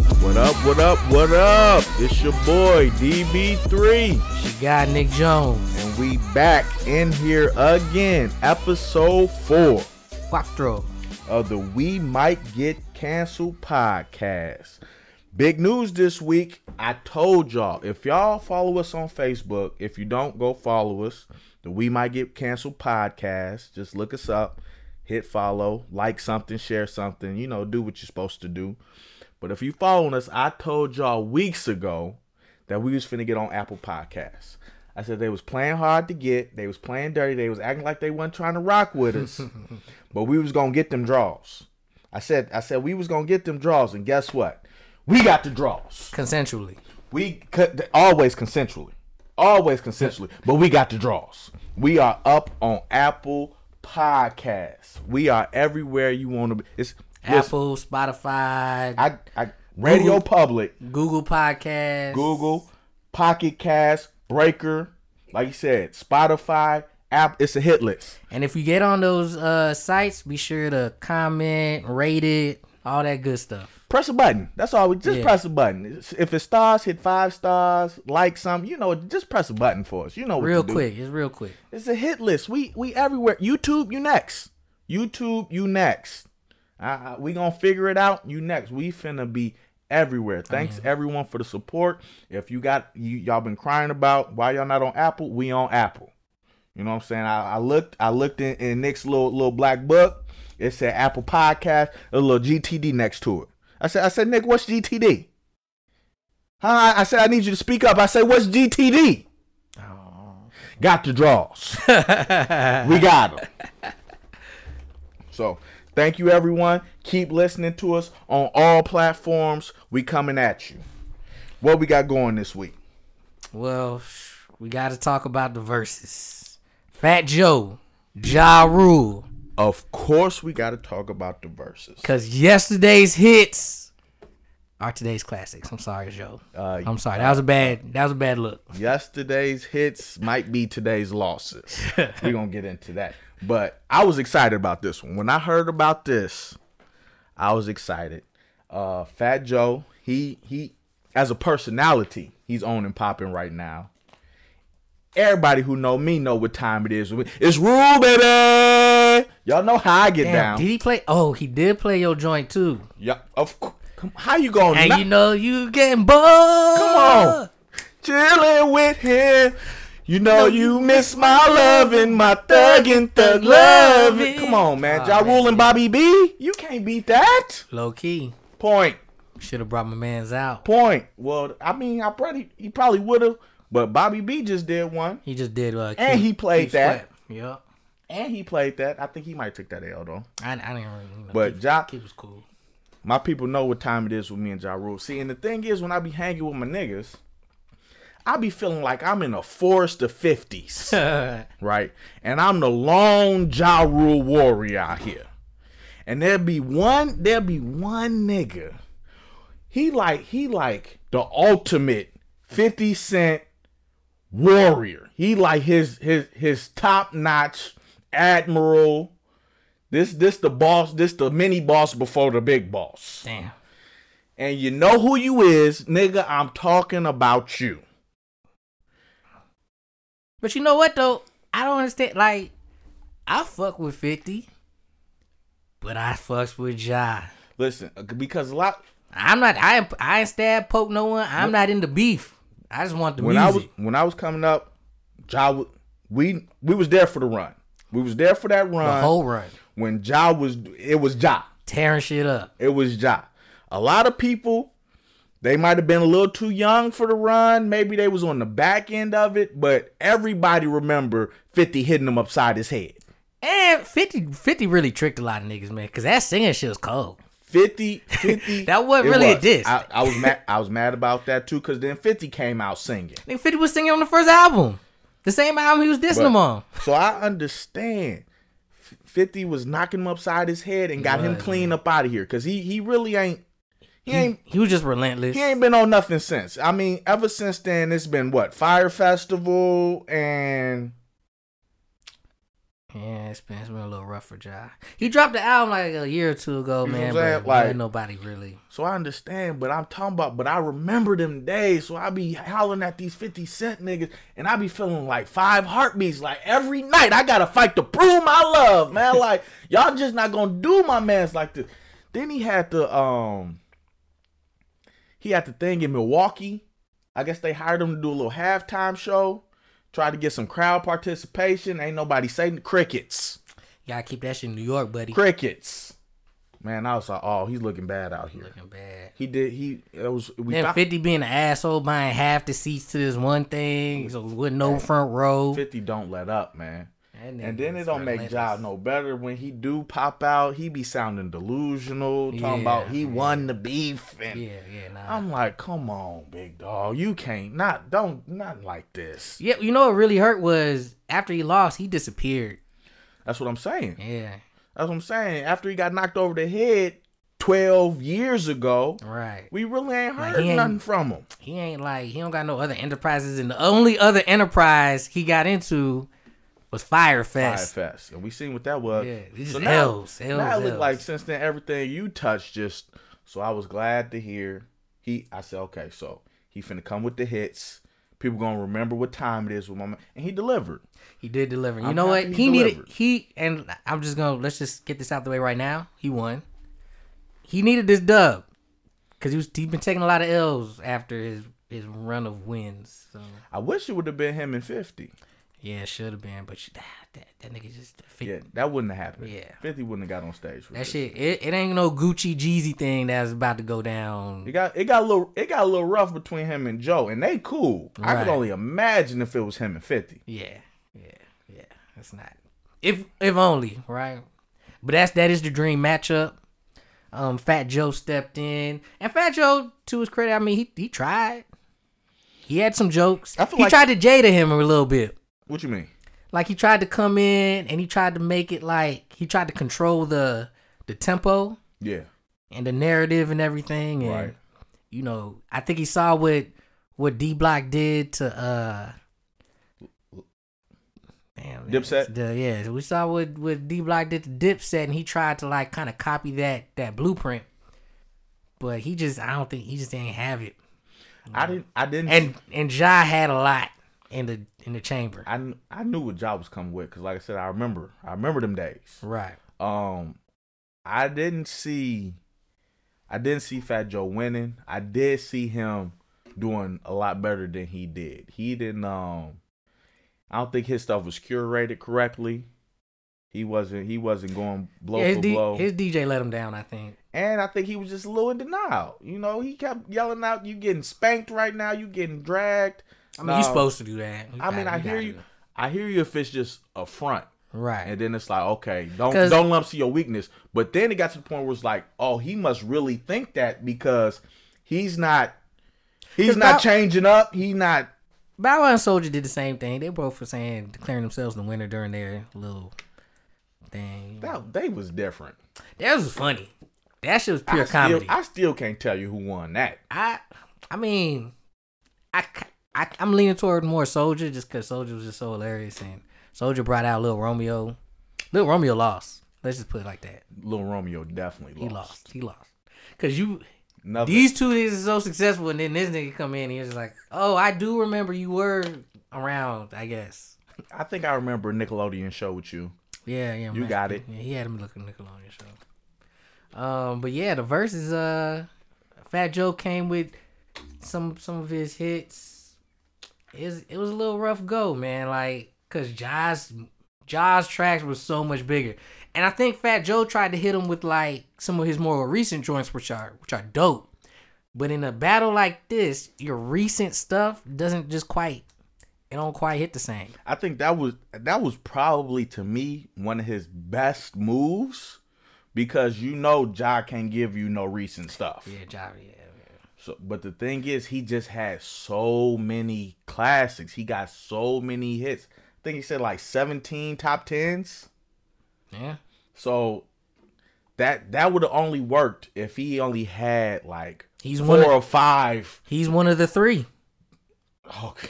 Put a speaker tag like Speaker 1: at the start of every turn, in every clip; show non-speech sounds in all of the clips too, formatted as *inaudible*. Speaker 1: What up? What up? It's your boy DB3,
Speaker 2: She got Nick Jones.
Speaker 1: and we back in here again. Episode four
Speaker 2: Quattro.
Speaker 1: of the We Might Get Canceled podcast. Big news this week. I told y'all if y'all follow us on Facebook, if you don't, go follow us. The We Might Get Canceled podcast. Just look us up, hit follow, like something, share something. You know, do what you're supposed to do. But if you following us, I told y'all weeks ago that we was finna get on Apple Podcasts. I said they was playing hard to get, they was playing dirty, they was acting like they wasn't trying to rock with us, but we was gonna get them draws. I said, I said we was gonna get them draws, and guess what? We got the draws.
Speaker 2: Consensually.
Speaker 1: We could, always consensually, always consensually, but we got the draws. We are up on Apple Podcasts. We are everywhere you want to be. It's listen,
Speaker 2: Apple, Spotify,
Speaker 1: I, I Radio
Speaker 2: Google.
Speaker 1: Public.
Speaker 2: Google Podcasts.
Speaker 1: Google, Pocket Cast, Breaker, like you said, Spotify, app. It's a hit list.
Speaker 2: And if you get on those uh, sites, be sure to comment, rate it, all that good stuff.
Speaker 1: Press a button. That's all. We just
Speaker 2: Yeah.
Speaker 1: press a button. It's- If it's stars, hit five stars. Like some, you know, just press a button for us. You know, what
Speaker 2: Real
Speaker 1: to do.
Speaker 2: quick. It's real quick.
Speaker 1: It's a hit list. We we everywhere. YouTube, you next. YouTube, you next. Uh, we gonna figure it out. You next. We finna be everywhere. Thanks everyone for the support. If you got you y'all been crying about why y'all not on Apple, we on Apple. You know what I'm saying? I, I looked I looked in, in Nick's little little black book. It said Apple Podcast, a little GTD next to it. I said I said Nick, what's GTD? Huh? I said I need you to speak up. I said what's GTD? Got the draws. we got them. So, thank you everyone. Keep listening to us on all platforms. We coming at you. What we got going this week?
Speaker 2: Well, we got to talk about the verses. Fat Joe, Ja Rule.
Speaker 1: Of course, we got to talk about the verses.
Speaker 2: Because yesterday's hits are today's classics. I'm sorry, Joe.
Speaker 1: Uh,
Speaker 2: I'm sorry. That was a bad. That was a bad look.
Speaker 1: Yesterday's hits might be today's losses.
Speaker 2: *laughs*
Speaker 1: We're gonna get into that. But I was excited about this one. When I heard about this, I was excited. Uh Fat Joe, he he as a personality, he's on and popping right now. Everybody who know me know what time it is. It's rule, baby. Y'all know how I get
Speaker 2: Damn,
Speaker 1: down.
Speaker 2: Did he play? Oh, he did play your joint too.
Speaker 1: Yeah, of course. How you gonna
Speaker 2: And
Speaker 1: not-
Speaker 2: you know you getting bored.
Speaker 1: Come on. Chilling with him. You know you miss my loving, my thuggin' thug loving. Come on, man.
Speaker 2: Aw,
Speaker 1: Ja
Speaker 2: man.
Speaker 1: Rule and Bobby B. You can't beat that.
Speaker 2: Low key,
Speaker 1: Point.
Speaker 2: should have brought my man's out.
Speaker 1: Point. Well, I mean, I probably he probably would have, but Bobby B just did one.
Speaker 2: He just did. Uh,
Speaker 1: And
Speaker 2: Keith-
Speaker 1: he played
Speaker 2: Keith
Speaker 1: that.
Speaker 2: Sweat. Yup.
Speaker 1: And he played that. I think he might take that L though.
Speaker 2: I, I didn't really. You know,
Speaker 1: But
Speaker 2: Keith,
Speaker 1: Ja-
Speaker 2: Keith was cool. *laughs*
Speaker 1: My people know what time it is with me and Ja Rule. See, and the thing is, when I be hanging with my niggas, I be feeling like I'm in a forest of fifties. right? And I'm the lone Ja Rule warrior out here. And there'll be one, there'll be one nigga. He like, he like the ultimate 50 cent warrior. He like his his his top notch admiral. This this the boss, this the mini boss before the big boss.
Speaker 2: Damn.
Speaker 1: And you know who you is, nigga. I'm talking about you.
Speaker 2: But you know what though? I don't understand. Like, I fuck with Fifty, but I fucks with Ja.
Speaker 1: Listen, uh, because a lot
Speaker 2: I'm not. I ain't- I ain't stab poke no one. I'm not into beef. I just want the
Speaker 1: when I was
Speaker 2: music.
Speaker 1: when I was coming up, Ja, wa- we we was there for the run. We was there for that
Speaker 2: the
Speaker 1: run
Speaker 2: whole run,
Speaker 1: when Ja was. It was Ja.
Speaker 2: tearing shit up.
Speaker 1: It was Ja. A lot of people, they might have been a little too young for the run. Maybe they was on the back end of it, but everybody remember Fifty hitting them upside his head.
Speaker 2: And 50, 50 really tricked a lot of niggas, man, because that singing shit was cold.
Speaker 1: 50, 50.
Speaker 2: *laughs* That wasn't
Speaker 1: it
Speaker 2: really a
Speaker 1: was.
Speaker 2: diss.
Speaker 1: I, I was mad. I was mad about that too, because then Fifty came out singing.
Speaker 2: Nigga, 50 was singing on the first album. The same album he was dissing
Speaker 1: But-
Speaker 2: them on.
Speaker 1: So I understand. F- Fifty was knocking him upside his head and got him
Speaker 2: was,
Speaker 1: clean up out of here because he he really ain't he ain't
Speaker 2: He was just relentless.
Speaker 1: he ain't been on nothing since. I mean, ever since then, it's been what Fire Festival and
Speaker 2: Yeah, it's been, it's been a little rough for Ja. He dropped the album like a year or two ago,
Speaker 1: You know
Speaker 2: man.
Speaker 1: what I'm
Speaker 2: But
Speaker 1: saying? Like-
Speaker 2: ain't nobody really.
Speaker 1: So I understand, but I'm talking about, but I remember them days. So I be hollering at these 50 cent niggas and I be feeling like five heartbeats. Like every night I gotta fight to prove my love, man. Like y'all just not gonna do my mans like this. Then he had the um he had the thing in Milwaukee. I guess they hired him to do a little halftime show. Tried to get some crowd participation. Ain't nobody saying crickets.
Speaker 2: Gotta keep that shit in New York, buddy.
Speaker 1: Crickets. Man, I was like, oh, he's looking bad out here.
Speaker 2: Looking bad.
Speaker 1: He did. He it was. We
Speaker 2: Then
Speaker 1: found- 50,
Speaker 2: Fifty being an asshole, buying half the seats to this one thing, so with no front row.
Speaker 1: don't let up, man.
Speaker 2: That nigga
Speaker 1: And then it
Speaker 2: is
Speaker 1: don't make
Speaker 2: relentless.
Speaker 1: job no better when he do pop out. He be sounding delusional, talking
Speaker 2: Yeah,
Speaker 1: about he
Speaker 2: yeah.
Speaker 1: won the beef. And
Speaker 2: Yeah, yeah, nah.
Speaker 1: I'm like, come on, big dog, you can't not don't not like this.
Speaker 2: yeah, you know what really hurt was after he lost, he disappeared.
Speaker 1: That's what I'm saying.
Speaker 2: Yeah,
Speaker 1: That's what I'm saying. After he got knocked over the head 12 years ago,
Speaker 2: right.
Speaker 1: we really ain't
Speaker 2: Like,
Speaker 1: heard
Speaker 2: he ain't-
Speaker 1: nothing from him.
Speaker 2: He ain't like he don't got no other enterprises, and the only other enterprise he got into was Firefest.
Speaker 1: IFS, and we seen what that was.
Speaker 2: Yeah, it's
Speaker 1: So
Speaker 2: just
Speaker 1: now-
Speaker 2: L's, L's,
Speaker 1: Now it look
Speaker 2: L's.
Speaker 1: like since then everything you touch just so I was glad to hear he I said, okay, so he finna come with the hits. People gonna remember what time it is with my man. And he delivered.
Speaker 2: He did deliver. You
Speaker 1: I'm
Speaker 2: know what?
Speaker 1: happy
Speaker 2: He
Speaker 1: he
Speaker 2: needed
Speaker 1: delivered.
Speaker 2: he and I'm just gonna let's just get this out the way right now. He won. He needed this dub because he was he been taking a lot of L's after his his run of wins. So
Speaker 1: I wish it would have been him in fifty.
Speaker 2: yeah, it should have been, but sh- that, that that nigga just
Speaker 1: Yeah, that wouldn't have happened.
Speaker 2: Yeah.
Speaker 1: Fifty wouldn't have got on stage for
Speaker 2: that
Speaker 1: this.
Speaker 2: shit. It, it ain't no Gucci Jeezy thing that's about to go
Speaker 1: It
Speaker 2: down.
Speaker 1: got it got a little it got a little rough between him and Joe, and they cool. I
Speaker 2: Right.
Speaker 1: could only imagine if it was him and fifty.
Speaker 2: Yeah, yeah, yeah. That's not if if only right. But that's that is the dream matchup. Um, Fat Joe stepped in, and Fat Joe, to his credit, I mean, he he tried. He had some jokes.
Speaker 1: I feel
Speaker 2: he
Speaker 1: like-
Speaker 2: tried to jada him a little bit.
Speaker 1: What you mean?
Speaker 2: Like he tried to come in and he tried to make it like he tried to control the the tempo
Speaker 1: Yeah.
Speaker 2: and the narrative and everything. And
Speaker 1: Right.
Speaker 2: you know, I think he saw what what D Block did to uh damn, man,
Speaker 1: Dipset?
Speaker 2: it's The, yeah, we saw what what D Block did to Dipset, and he tried to like kind of copy that that blueprint, but he just I don't think he just didn't have it.
Speaker 1: I didn't I didn't
Speaker 2: And and Ja had a lot in the in the chamber,
Speaker 1: I, kn- I knew what job was coming with because like I said, I remember I remember them days.
Speaker 2: right?
Speaker 1: Um, I didn't see, I didn't see Fat Joe winning. I did see him doing a lot better than he did. He didn't. Um, I don't think his stuff was curated correctly. He wasn't. He wasn't going blow
Speaker 2: yeah, his,
Speaker 1: for
Speaker 2: D,
Speaker 1: blow.
Speaker 2: his DJ let him down, I think.
Speaker 1: And I think he was just a little in denial. You know, he kept yelling out, "You getting spanked right now? You getting dragged?"
Speaker 2: I mean, you're
Speaker 1: No.
Speaker 2: supposed to do that. You
Speaker 1: I mean,
Speaker 2: gotta-
Speaker 1: I hear
Speaker 2: gotta
Speaker 1: you.
Speaker 2: do that.
Speaker 1: I hear you if it's just a front.
Speaker 2: right?
Speaker 1: And then it's like, okay, don't
Speaker 2: 'Cause-
Speaker 1: don't lump to your weakness. But then it got to the point where it's like, oh, he must really think that because he's not he's
Speaker 2: 'Cause
Speaker 1: not
Speaker 2: now-
Speaker 1: changing up. He not
Speaker 2: Bow Wow and Soldier did the same thing. They both were saying declaring themselves the winner during their little thing.
Speaker 1: that they was different.
Speaker 2: That was funny. That shit was pure
Speaker 1: I
Speaker 2: comedy.
Speaker 1: still, I still can't tell you who won that.
Speaker 2: I, I mean, I, ca- I, am leaning toward more Soldier just because Soldier was just so hilarious and Soldier brought out Lil Romeo. Lil Romeo lost. Let's just put it like that.
Speaker 1: Lil Romeo definitely
Speaker 2: He
Speaker 1: lost.
Speaker 2: lost. He lost. Cause you,
Speaker 1: Nothing.
Speaker 2: these two niggas are so successful, and then this nigga come in and he's just like, "Oh, I do remember you were around. I guess."
Speaker 1: I think I remember a Nickelodeon show with you.
Speaker 2: Yeah, yeah.
Speaker 1: You got it.
Speaker 2: Yeah, he had him looking Nickelodeon show. Um, but yeah, the verses. Uh, Fat Joe came with some some of his hits. It was, it was a little rough go, man. Like, cause Jaws Jaws tracks was so much bigger, and I think Fat Joe tried to hit him with like some of his more recent joints, which are which are dope. But in a battle like this, your recent stuff doesn't just quite it don't quite hit the same.
Speaker 1: I think that was that was probably to me one of his best moves because you know Ja can't give you no recent stuff.
Speaker 2: Yeah, Jaws. Yeah, yeah.
Speaker 1: So, but the thing is, he just had so many classics. He got so many hits. I think he said like seventeen top tens.
Speaker 2: Yeah.
Speaker 1: So that that would have only worked if he only had like
Speaker 2: He's
Speaker 1: four
Speaker 2: one of-
Speaker 1: or five.
Speaker 2: He's one of the three.
Speaker 1: Okay.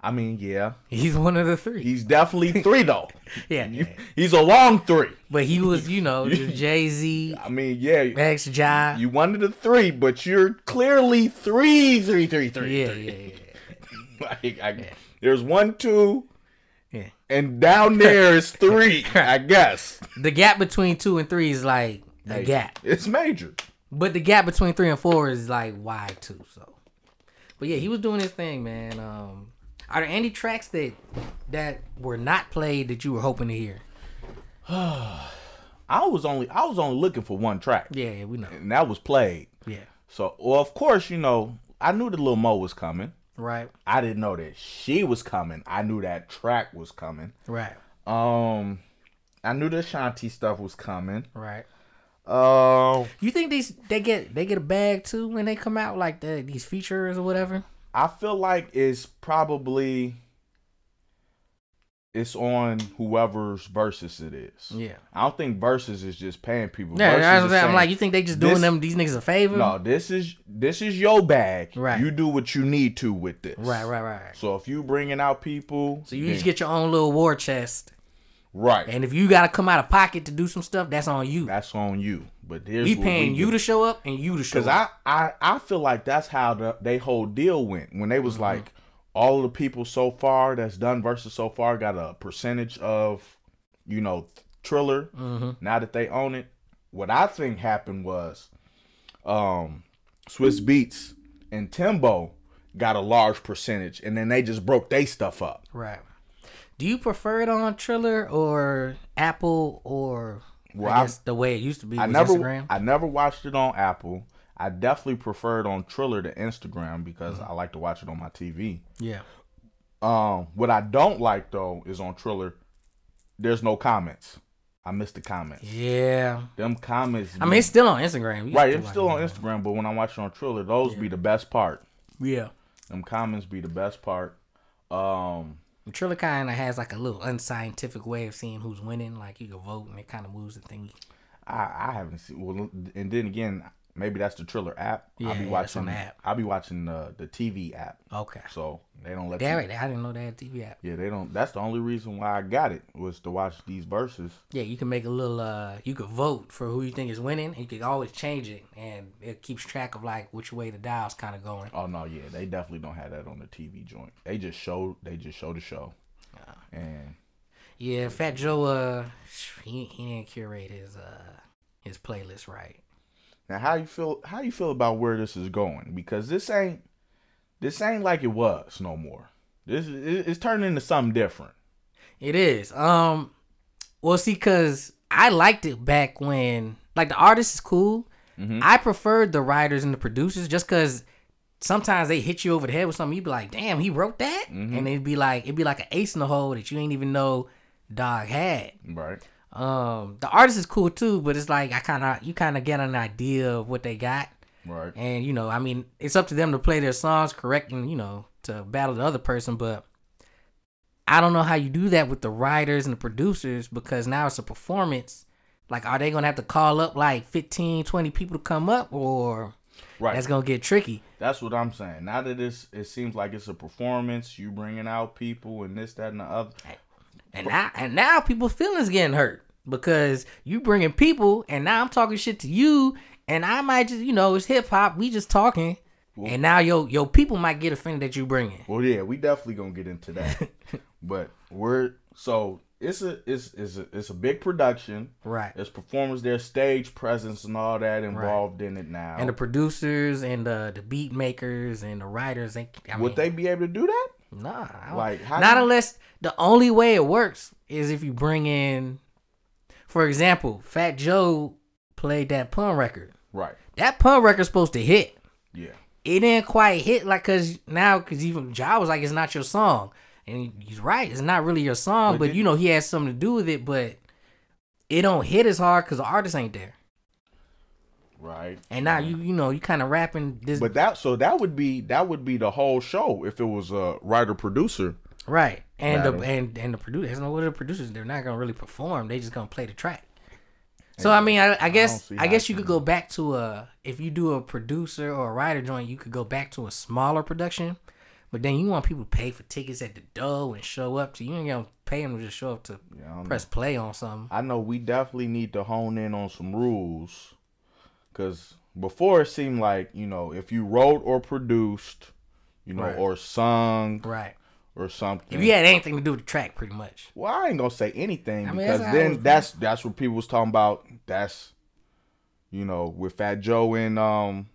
Speaker 1: I mean, yeah,
Speaker 2: He's one of the three.
Speaker 1: he's definitely three though.
Speaker 2: yeah,
Speaker 1: You-
Speaker 2: *laughs* yeah.
Speaker 1: He's a long three.
Speaker 2: but he was, you know, Jay Z,
Speaker 1: I mean, yeah,
Speaker 2: X Jai.
Speaker 1: you wanted a three, but you're clearly three, three, three, three.
Speaker 2: Yeah, yeah,
Speaker 1: three. *laughs*
Speaker 2: yeah.
Speaker 1: Like, I, There's one, two,
Speaker 2: Yeah.
Speaker 1: and down there
Speaker 2: *laughs*
Speaker 1: is three. I guess
Speaker 2: The gap between two and three is like a gap,
Speaker 1: It's major.
Speaker 2: but the gap between three and four is like wide too. So, but yeah, he was doing his thing, man. Um, are there any tracks that that were not played that you were hoping to hear?
Speaker 1: I was only I was only looking for one track,
Speaker 2: Yeah, yeah, we know.
Speaker 1: and that was played.
Speaker 2: Yeah,
Speaker 1: So, well, of course, you know, I knew that Lil Mo was coming.
Speaker 2: right,
Speaker 1: I didn't know that she was coming. I knew that track was coming.
Speaker 2: right,
Speaker 1: Um, I knew the Shanti stuff was coming.
Speaker 2: right.
Speaker 1: Um,
Speaker 2: You think these they get they get a bag too when they come out like the, these features or whatever?
Speaker 1: I feel like it's probably it's on whoever's versus it is.
Speaker 2: Yeah.
Speaker 1: I don't think versus is just paying people.
Speaker 2: Yeah,
Speaker 1: Versus
Speaker 2: that's what
Speaker 1: is
Speaker 2: I'm, I'm
Speaker 1: saying,
Speaker 2: like. You think they just
Speaker 1: this-
Speaker 2: doing them these niggas a favor?
Speaker 1: no, this is this is your bag.
Speaker 2: Right.
Speaker 1: You do what you need to with this.
Speaker 2: Right, right, right.
Speaker 1: So if you bringing out people,
Speaker 2: So you
Speaker 1: then-
Speaker 2: just get your own little war chest,
Speaker 1: right.
Speaker 2: and if you gotta come out of pocket to do some stuff, that's on you.
Speaker 1: That's on you. But here's
Speaker 2: We
Speaker 1: what
Speaker 2: paying
Speaker 1: we
Speaker 2: you
Speaker 1: do.
Speaker 2: to show up and you to show
Speaker 1: Cause
Speaker 2: up.
Speaker 1: I, I I feel like that's how the they whole deal went when they was
Speaker 2: Mm-hmm.
Speaker 1: like all the people so far that's done versus so far got a percentage of you know Triller
Speaker 2: Mm-hmm.
Speaker 1: now that they own it. What I think happened was um Swiss Beats and Timbo got a large percentage and then they just broke they stuff up.
Speaker 2: right. Do you prefer it on Triller or Apple or
Speaker 1: Well,
Speaker 2: I
Speaker 1: I-
Speaker 2: guess the way it used to be
Speaker 1: I
Speaker 2: with
Speaker 1: never
Speaker 2: Instagram?
Speaker 1: I never watched it on Apple. I definitely preferred on Triller to Instagram because
Speaker 2: Mm-hmm.
Speaker 1: I like to watch it on my TV.
Speaker 2: yeah.
Speaker 1: Um, what I don't like though is on Triller, there's no comments. I missed the comments.
Speaker 2: Yeah.
Speaker 1: Them comments,
Speaker 2: I mean, it's still on Instagram. We
Speaker 1: right?
Speaker 2: used to
Speaker 1: It's
Speaker 2: like
Speaker 1: still
Speaker 2: it.
Speaker 1: on Instagram, but when I watch it on Triller, those be the best part.
Speaker 2: Yeah.
Speaker 1: Them comments be the best part. Um,
Speaker 2: Triller kind of has like a little unscientific way of seeing who's winning. Like you can vote and it kind of moves the thingy.
Speaker 1: I, I haven't seen. Well, and then again, maybe that's the Triller app.
Speaker 2: Yeah,
Speaker 1: I'll be
Speaker 2: yeah, it's
Speaker 1: watching.
Speaker 2: on the app.
Speaker 1: I'll be watching the the TV app.
Speaker 2: Okay.
Speaker 1: So they don't let.
Speaker 2: Damn
Speaker 1: you-
Speaker 2: it. I didn't know they had TV app.
Speaker 1: yeah, they don't. That's the only reason why I got it was to watch these verses.
Speaker 2: Yeah, you can make a little. uh You could vote for who you think is winning. And you could always change it, and it keeps track of like which way the dial's kind of going.
Speaker 1: Oh no, yeah, they definitely don't have that on the TV joint. They just show they just show the show, and
Speaker 2: Yeah, Fat Joe. Uh, *sighs* he he didn't curate his uh his playlist right.
Speaker 1: now how you feel how you feel about where this is going because this ain't this ain't like it was no more. This is it- it's turning into something different.
Speaker 2: It is. Um, well, see, cause I liked it back when like the artist is cool. I preferred the writers and the producers just cause sometimes they hit you over the head with something. You'd be like, "Damn, he wrote that," and it'd be like it'd be like an ace in the hole that you ain't even know dog had.
Speaker 1: Right.
Speaker 2: Um, the artist is cool too, but it's like I kind of you kind of get an idea of what they got.
Speaker 1: Right.
Speaker 2: And you know, I mean, it's up to them to play their songs correct and you know to battle the other person. But I don't know how you do that with the writers and the producers because now it's a performance. Like, are they gonna have to call up like 15, 20 people to come up, or
Speaker 1: Right.
Speaker 2: that's gonna get tricky?
Speaker 1: That's what I'm saying. Now that it's it seems like it's a performance, you bringing out people and this that and the other.
Speaker 2: And now, and now people's feelings getting hurt because you bringing people, and now I'm talking shit to you, and I might just, you know, it's hip hop. We just talking, and now your your people might get offended that you bringing.
Speaker 1: Well, yeah, we definitely gonna get into
Speaker 2: *laughs*
Speaker 1: that. but we're so it's a it's it's a, it's a big production.
Speaker 2: Right.
Speaker 1: There's performers, there's stage presence and all that involved in it now.
Speaker 2: and the producers and the the beat makers and the writers. They, I mean,
Speaker 1: Would they be able to do that?
Speaker 2: nah, I don't-
Speaker 1: like, how
Speaker 2: not
Speaker 1: do you-
Speaker 2: unless the only way it works is if you bring in, for example, Fat Joe played that pun record.
Speaker 1: Right.
Speaker 2: That pun record's supposed to hit.
Speaker 1: Yeah.
Speaker 2: It didn't quite hit like cause now cause even Ja was like it's not your song, and he's right. It's not really your song,
Speaker 1: But
Speaker 2: but
Speaker 1: did-
Speaker 2: you know he has something to do with it, but it don't hit as hard cause the artist ain't there.
Speaker 1: Right.
Speaker 2: And now you you know you kind of rapping this
Speaker 1: But that so that would be that would be the whole show if it was a writer producer.
Speaker 2: Right. And the,
Speaker 1: Battle.
Speaker 2: and and the producer, there's no other producers. They're not gonna really perform. They just gonna play the track. So I mean, I, I guess
Speaker 1: see
Speaker 2: I,
Speaker 1: how
Speaker 2: guess
Speaker 1: it
Speaker 2: you could go back to a if you do a producer or a writer joint, you could go back to a smaller production. But then you want people to pay for tickets at the door and show up to you. Ain't gonna pay them to just show up to
Speaker 1: Yeah, I don't know.
Speaker 2: press play on something.
Speaker 1: I know we definitely need to hone in on some rules because before it seemed like, you know, if you wrote or produced, you know,
Speaker 2: Right.
Speaker 1: or sung
Speaker 2: Right.
Speaker 1: or something.
Speaker 2: If you had anything to do with the track, pretty much.
Speaker 1: Well, I ain't gonna say anything
Speaker 2: I mean,
Speaker 1: because
Speaker 2: that's how it was-
Speaker 1: then that's that's what people was talking about. That's you know, with Fat Joe and um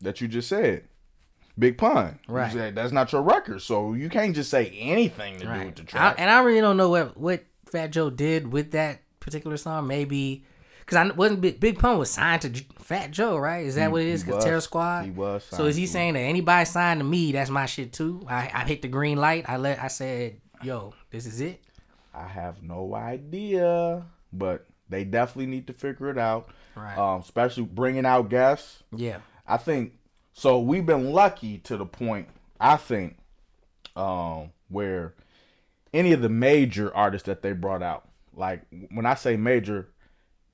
Speaker 1: that you just said. Big pun. You
Speaker 2: Right.
Speaker 1: said, that's not your record, so you can't just say anything to do with
Speaker 2: Right.
Speaker 1: the
Speaker 2: I,
Speaker 1: track.
Speaker 2: and I really don't know what what Fat Joe did with that particular song. Maybe because I wasn't Big, Big Pun was signed to J- Fat Joe, right? Is that what it
Speaker 1: he
Speaker 2: is? Because
Speaker 1: was.
Speaker 2: Terror Squad.
Speaker 1: He was
Speaker 2: So is
Speaker 1: signed
Speaker 2: he
Speaker 1: to-
Speaker 2: saying that anybody signed to me, that's my shit too? I, I hit the green light. I let I said, yo, this is it.
Speaker 1: I have no idea, but they definitely need to figure it out.
Speaker 2: Right.
Speaker 1: Um, especially bringing out guests.
Speaker 2: yeah.
Speaker 1: I think so. We've been lucky to the point I think um, where any of the major artists that they brought out, like when I say major,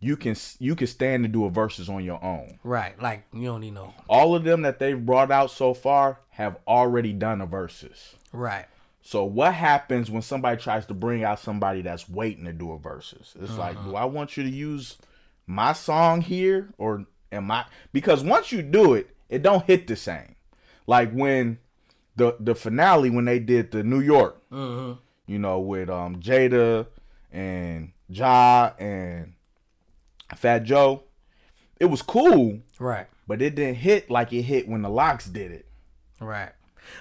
Speaker 1: you can you can stand and do a verses on your own.
Speaker 2: Right. Like you don't need no.
Speaker 1: All of them that they've brought out so far have already done a verses.
Speaker 2: Right.
Speaker 1: So what happens when somebody tries to bring out somebody that's waiting to do a versus? It's like, do I want you to use my song here or am I because once you do it, it don't hit the same. Like when the the finale when they did the New York,
Speaker 2: Mm-hmm.
Speaker 1: you know, with um Jada and Ja and Fat Joe, it was cool,
Speaker 2: Right.
Speaker 1: but it didn't hit like it hit when the Locks did it.
Speaker 2: Right.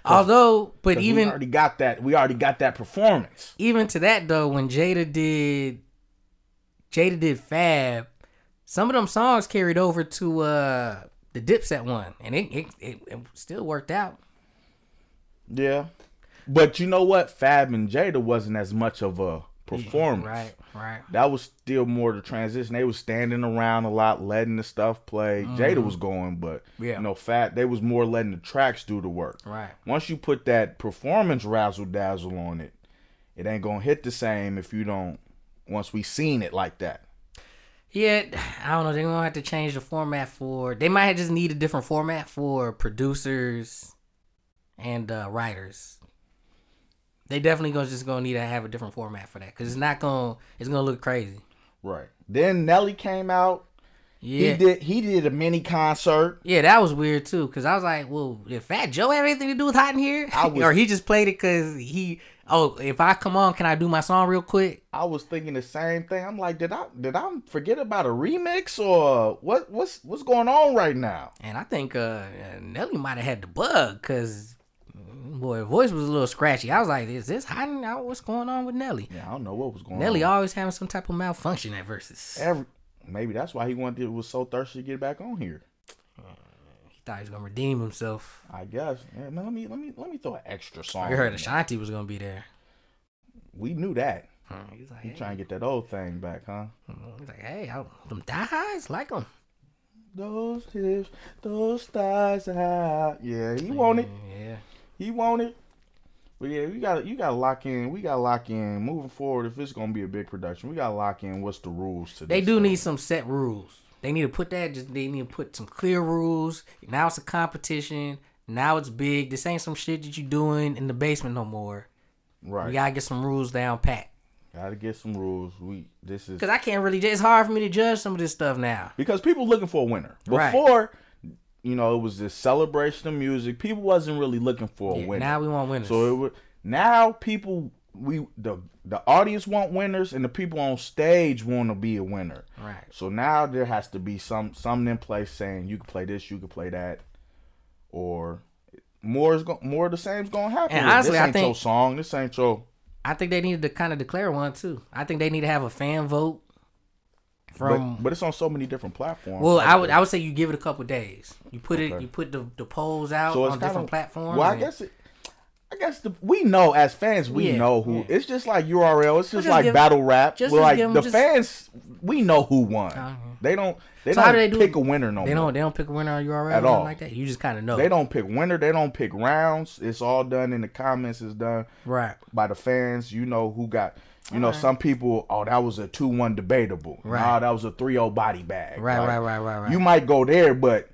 Speaker 2: Although, but
Speaker 1: 'Cause
Speaker 2: even
Speaker 1: we already got that, we already got that performance.
Speaker 2: even to that though, when Jada did Jada did Fab, some of them songs carried over to uh the Dipset one, and it it, it, it still worked out.
Speaker 1: Yeah. But you know what? Fab and Jada wasn't as much of a performance.
Speaker 2: Right. Right.
Speaker 1: That was still more the transition. They was standing around a lot, letting the stuff play. Jada was going, but
Speaker 2: Mm-hmm. Yeah.
Speaker 1: you know, Fab they was more letting the tracks do the work.
Speaker 2: Right.
Speaker 1: Once you put that performance razzle dazzle on it, it ain't gonna hit the same if you don't once we seen it like that.
Speaker 2: Yeah, I don't know. They're gonna have to change the format for. They might just need a different format for producers and uh, writers. They definitely gonna just gonna need to have a different format for that because it's not gonna it's gonna look crazy.
Speaker 1: Right. Then Nelly came out.
Speaker 2: Yeah,
Speaker 1: He did he did a mini concert.
Speaker 2: yeah, that was weird too because I was like, well, did Fat Joe have anything to do with Hot in Here?
Speaker 1: I was-
Speaker 2: *laughs* or he just played it because he. Oh, if I come on, can I do my song real quick?
Speaker 1: I was thinking the same thing. I'm like, did I did I forget about a remix or what? What's what's going on right now?
Speaker 2: And I think uh, Nelly might have had the bug because boy, her voice was a little scratchy. I was like, is this hiding out? What's going on with Nelly?
Speaker 1: Yeah, I don't know what was going
Speaker 2: Nelly
Speaker 1: on.
Speaker 2: always having some type of malfunction at verses.
Speaker 1: Every maybe that's why he wanted was so thirsty to get back on here.
Speaker 2: He thought he was gonna redeem himself.
Speaker 1: I guess. Yeah, man, let me let me let me throw an extra song.
Speaker 2: We heard
Speaker 1: in.
Speaker 2: Ashanti was gonna be there.
Speaker 1: We knew that.
Speaker 2: Hmm, He was like,
Speaker 1: You
Speaker 2: hey,
Speaker 1: trying to get that old thing back, huh?
Speaker 2: he was like, hey, I, them die highs like them.
Speaker 1: Those hips, those thighs out. Yeah, he wanted.
Speaker 2: Yeah.
Speaker 1: He wanted. But yeah, we got to you got to lock in. We got to lock in. Moving forward, if it's gonna be a big production, we got to lock in. What's the rules to
Speaker 2: They
Speaker 1: this
Speaker 2: do
Speaker 1: thing?
Speaker 2: need some set rules. They need to put that. Just they need to put some clear rules. Now it's a competition. Now it's big. This ain't some shit that you doing in the basement no more.
Speaker 1: right.
Speaker 2: We gotta get some rules down pat.
Speaker 1: Gotta get some rules. We this is
Speaker 2: Cause I can't really. ju- It's hard for me to judge some of this stuff now.
Speaker 1: because people looking for a winner.
Speaker 2: Right.
Speaker 1: Before, you know, it was this celebration of music. People wasn't really looking for a
Speaker 2: Yeah,
Speaker 1: winner.
Speaker 2: now we want winners.
Speaker 1: so it would now people we the the audience want winners and the people on stage want to be a winner.
Speaker 2: right.
Speaker 1: So now there has to be some something in place saying you can play this, you can play that, or more is go, more of the same's gonna happen.
Speaker 2: And
Speaker 1: This
Speaker 2: honestly, I
Speaker 1: ain't your
Speaker 2: think-
Speaker 1: song. This ain't your
Speaker 2: I think they needed to kind of declare one too. I think they need to have a fan vote from.
Speaker 1: but, but it's on so many different platforms.
Speaker 2: well, I
Speaker 1: Like
Speaker 2: would I would say you give it a couple days. You put it
Speaker 1: Okay.
Speaker 2: you put the, the polls out
Speaker 1: So it's
Speaker 2: on different
Speaker 1: kinda-
Speaker 2: platforms.
Speaker 1: Well, I
Speaker 2: and-
Speaker 1: guess it. I guess the, we know as fans we
Speaker 2: Yeah,
Speaker 1: know who.
Speaker 2: yeah.
Speaker 1: It's just like URL. It's just,
Speaker 2: just
Speaker 1: like
Speaker 2: give-
Speaker 1: battle rap.
Speaker 2: just-
Speaker 1: We're
Speaker 2: just
Speaker 1: like
Speaker 2: give 'em
Speaker 1: the
Speaker 2: just-
Speaker 1: fans. We know who won.
Speaker 2: Uh-huh.
Speaker 1: They don't. They
Speaker 2: So
Speaker 1: don't
Speaker 2: how do they do
Speaker 1: pick
Speaker 2: it?
Speaker 1: a winner no
Speaker 2: they
Speaker 1: more.
Speaker 2: don't they don't pick a winner on URL or
Speaker 1: At
Speaker 2: nothing
Speaker 1: all.
Speaker 2: like that. You just kind of know.
Speaker 1: They don't pick winner. They don't pick rounds. It's all done in the comments. It's done
Speaker 2: right.
Speaker 1: by the fans. You know who got. You know
Speaker 2: Alright.
Speaker 1: some people. Oh, that was a two-one debatable.
Speaker 2: Right.
Speaker 1: Nah, that was a three-zero oh body bag.
Speaker 2: Right,
Speaker 1: Like,
Speaker 2: right, right, right, right.
Speaker 1: You might go there, but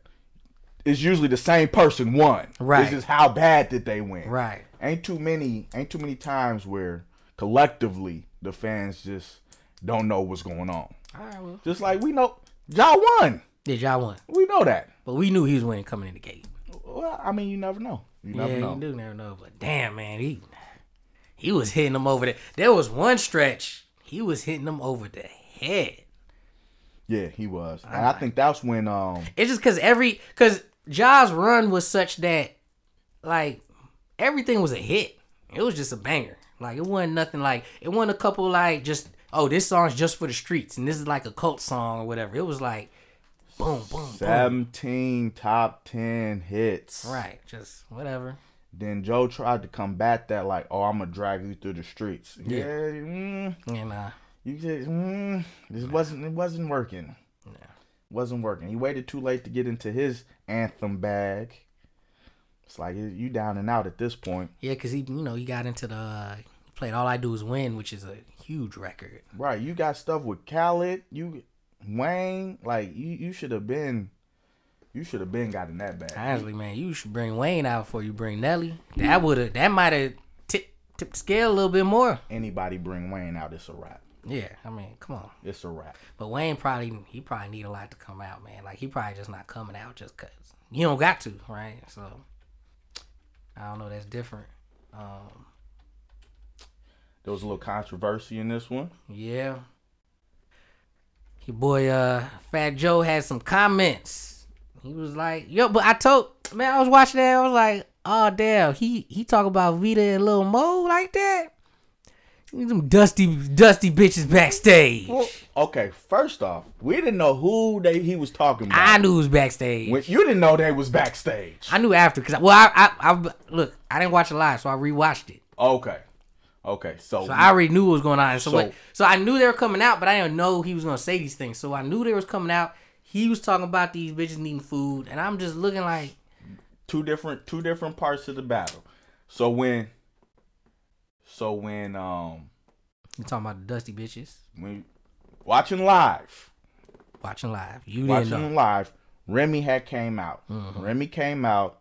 Speaker 1: it's usually the same person won.
Speaker 2: Right.
Speaker 1: It's just how bad did they win.
Speaker 2: Right.
Speaker 1: Ain't too many ain't too many times where collectively the fans just don't know what's going on.
Speaker 2: All right. Well,
Speaker 1: Just like we know Ja won.
Speaker 2: yeah, y'all won,
Speaker 1: We know that.
Speaker 2: but we knew he was winning coming in the gate.
Speaker 1: Well, I mean you never know. You never
Speaker 2: yeah,
Speaker 1: know.
Speaker 2: you do never know. But damn, man, he he was hitting them over the. There was one stretch he was hitting them over the head.
Speaker 1: Yeah, he was. And I think that's when um
Speaker 2: It's just because every because Jaws' run was such that like everything was a hit. It was just a banger. Like it wasn't nothing like it wasn't a couple like just oh this song's just for the streets and this is like a cult song or whatever. It was like boom boom boom.
Speaker 1: 17 top 10 hits.
Speaker 2: Right, just whatever.
Speaker 1: Then Joe tried to combat that like, "Oh, I'm going to drag you through the streets." Yeah. mm,
Speaker 2: And uh,
Speaker 1: you just mm, this wasn't it wasn't working. Wasn't working. He waited too late to get into his anthem bag. It's like you you down and out at this point.
Speaker 2: yeah, because he you know he got into the uh, he played all I do is win, which is a huge record.
Speaker 1: Right, you got stuff with Khaled, you Wayne, like you you should have been you should have been gotten that bag.
Speaker 2: Honestly, man, you should bring Wayne out before you bring Nelly. That would have that might have tipped tipped the scale a little bit more.
Speaker 1: Anybody bring Wayne out, it's a wrap.
Speaker 2: Yeah, I mean, come on.
Speaker 1: It's a wrap.
Speaker 2: But Wayne probably he probably need a lot to come out, man. Like he probably just not coming out just cause you don't got to, right? So I don't know. That's different. Um,
Speaker 1: There was a little controversy in this one.
Speaker 2: yeah. Your boy, uh, Fat Joe had some comments. He was like, "Yo," but I told man, I was watching that. I was like, "Oh damn, he he talk about Vita and Lil Mo like that." Them dusty dusty bitches backstage.
Speaker 1: Well, okay, first off, we didn't know who they he was talking about.
Speaker 2: I knew it was backstage.
Speaker 1: When- you didn't know they was backstage.
Speaker 2: I knew after because well, I, I I look, I didn't watch it live, so I rewatched it.
Speaker 1: Okay, okay, so,
Speaker 2: So I already knew what was going on. So,
Speaker 1: Oh, So-
Speaker 2: what, so I knew they were coming out, but I didn't know he was gonna say these things. So I knew they was coming out. He was talking about these bitches needing food, and I'm just looking like,
Speaker 1: two different two different parts of the battle. So when, so when um
Speaker 2: you talking about the dusty bitches
Speaker 1: when watching live,
Speaker 2: watching live. You didn't
Speaker 1: watching
Speaker 2: know,
Speaker 1: live, Remy had came out. Remy came out.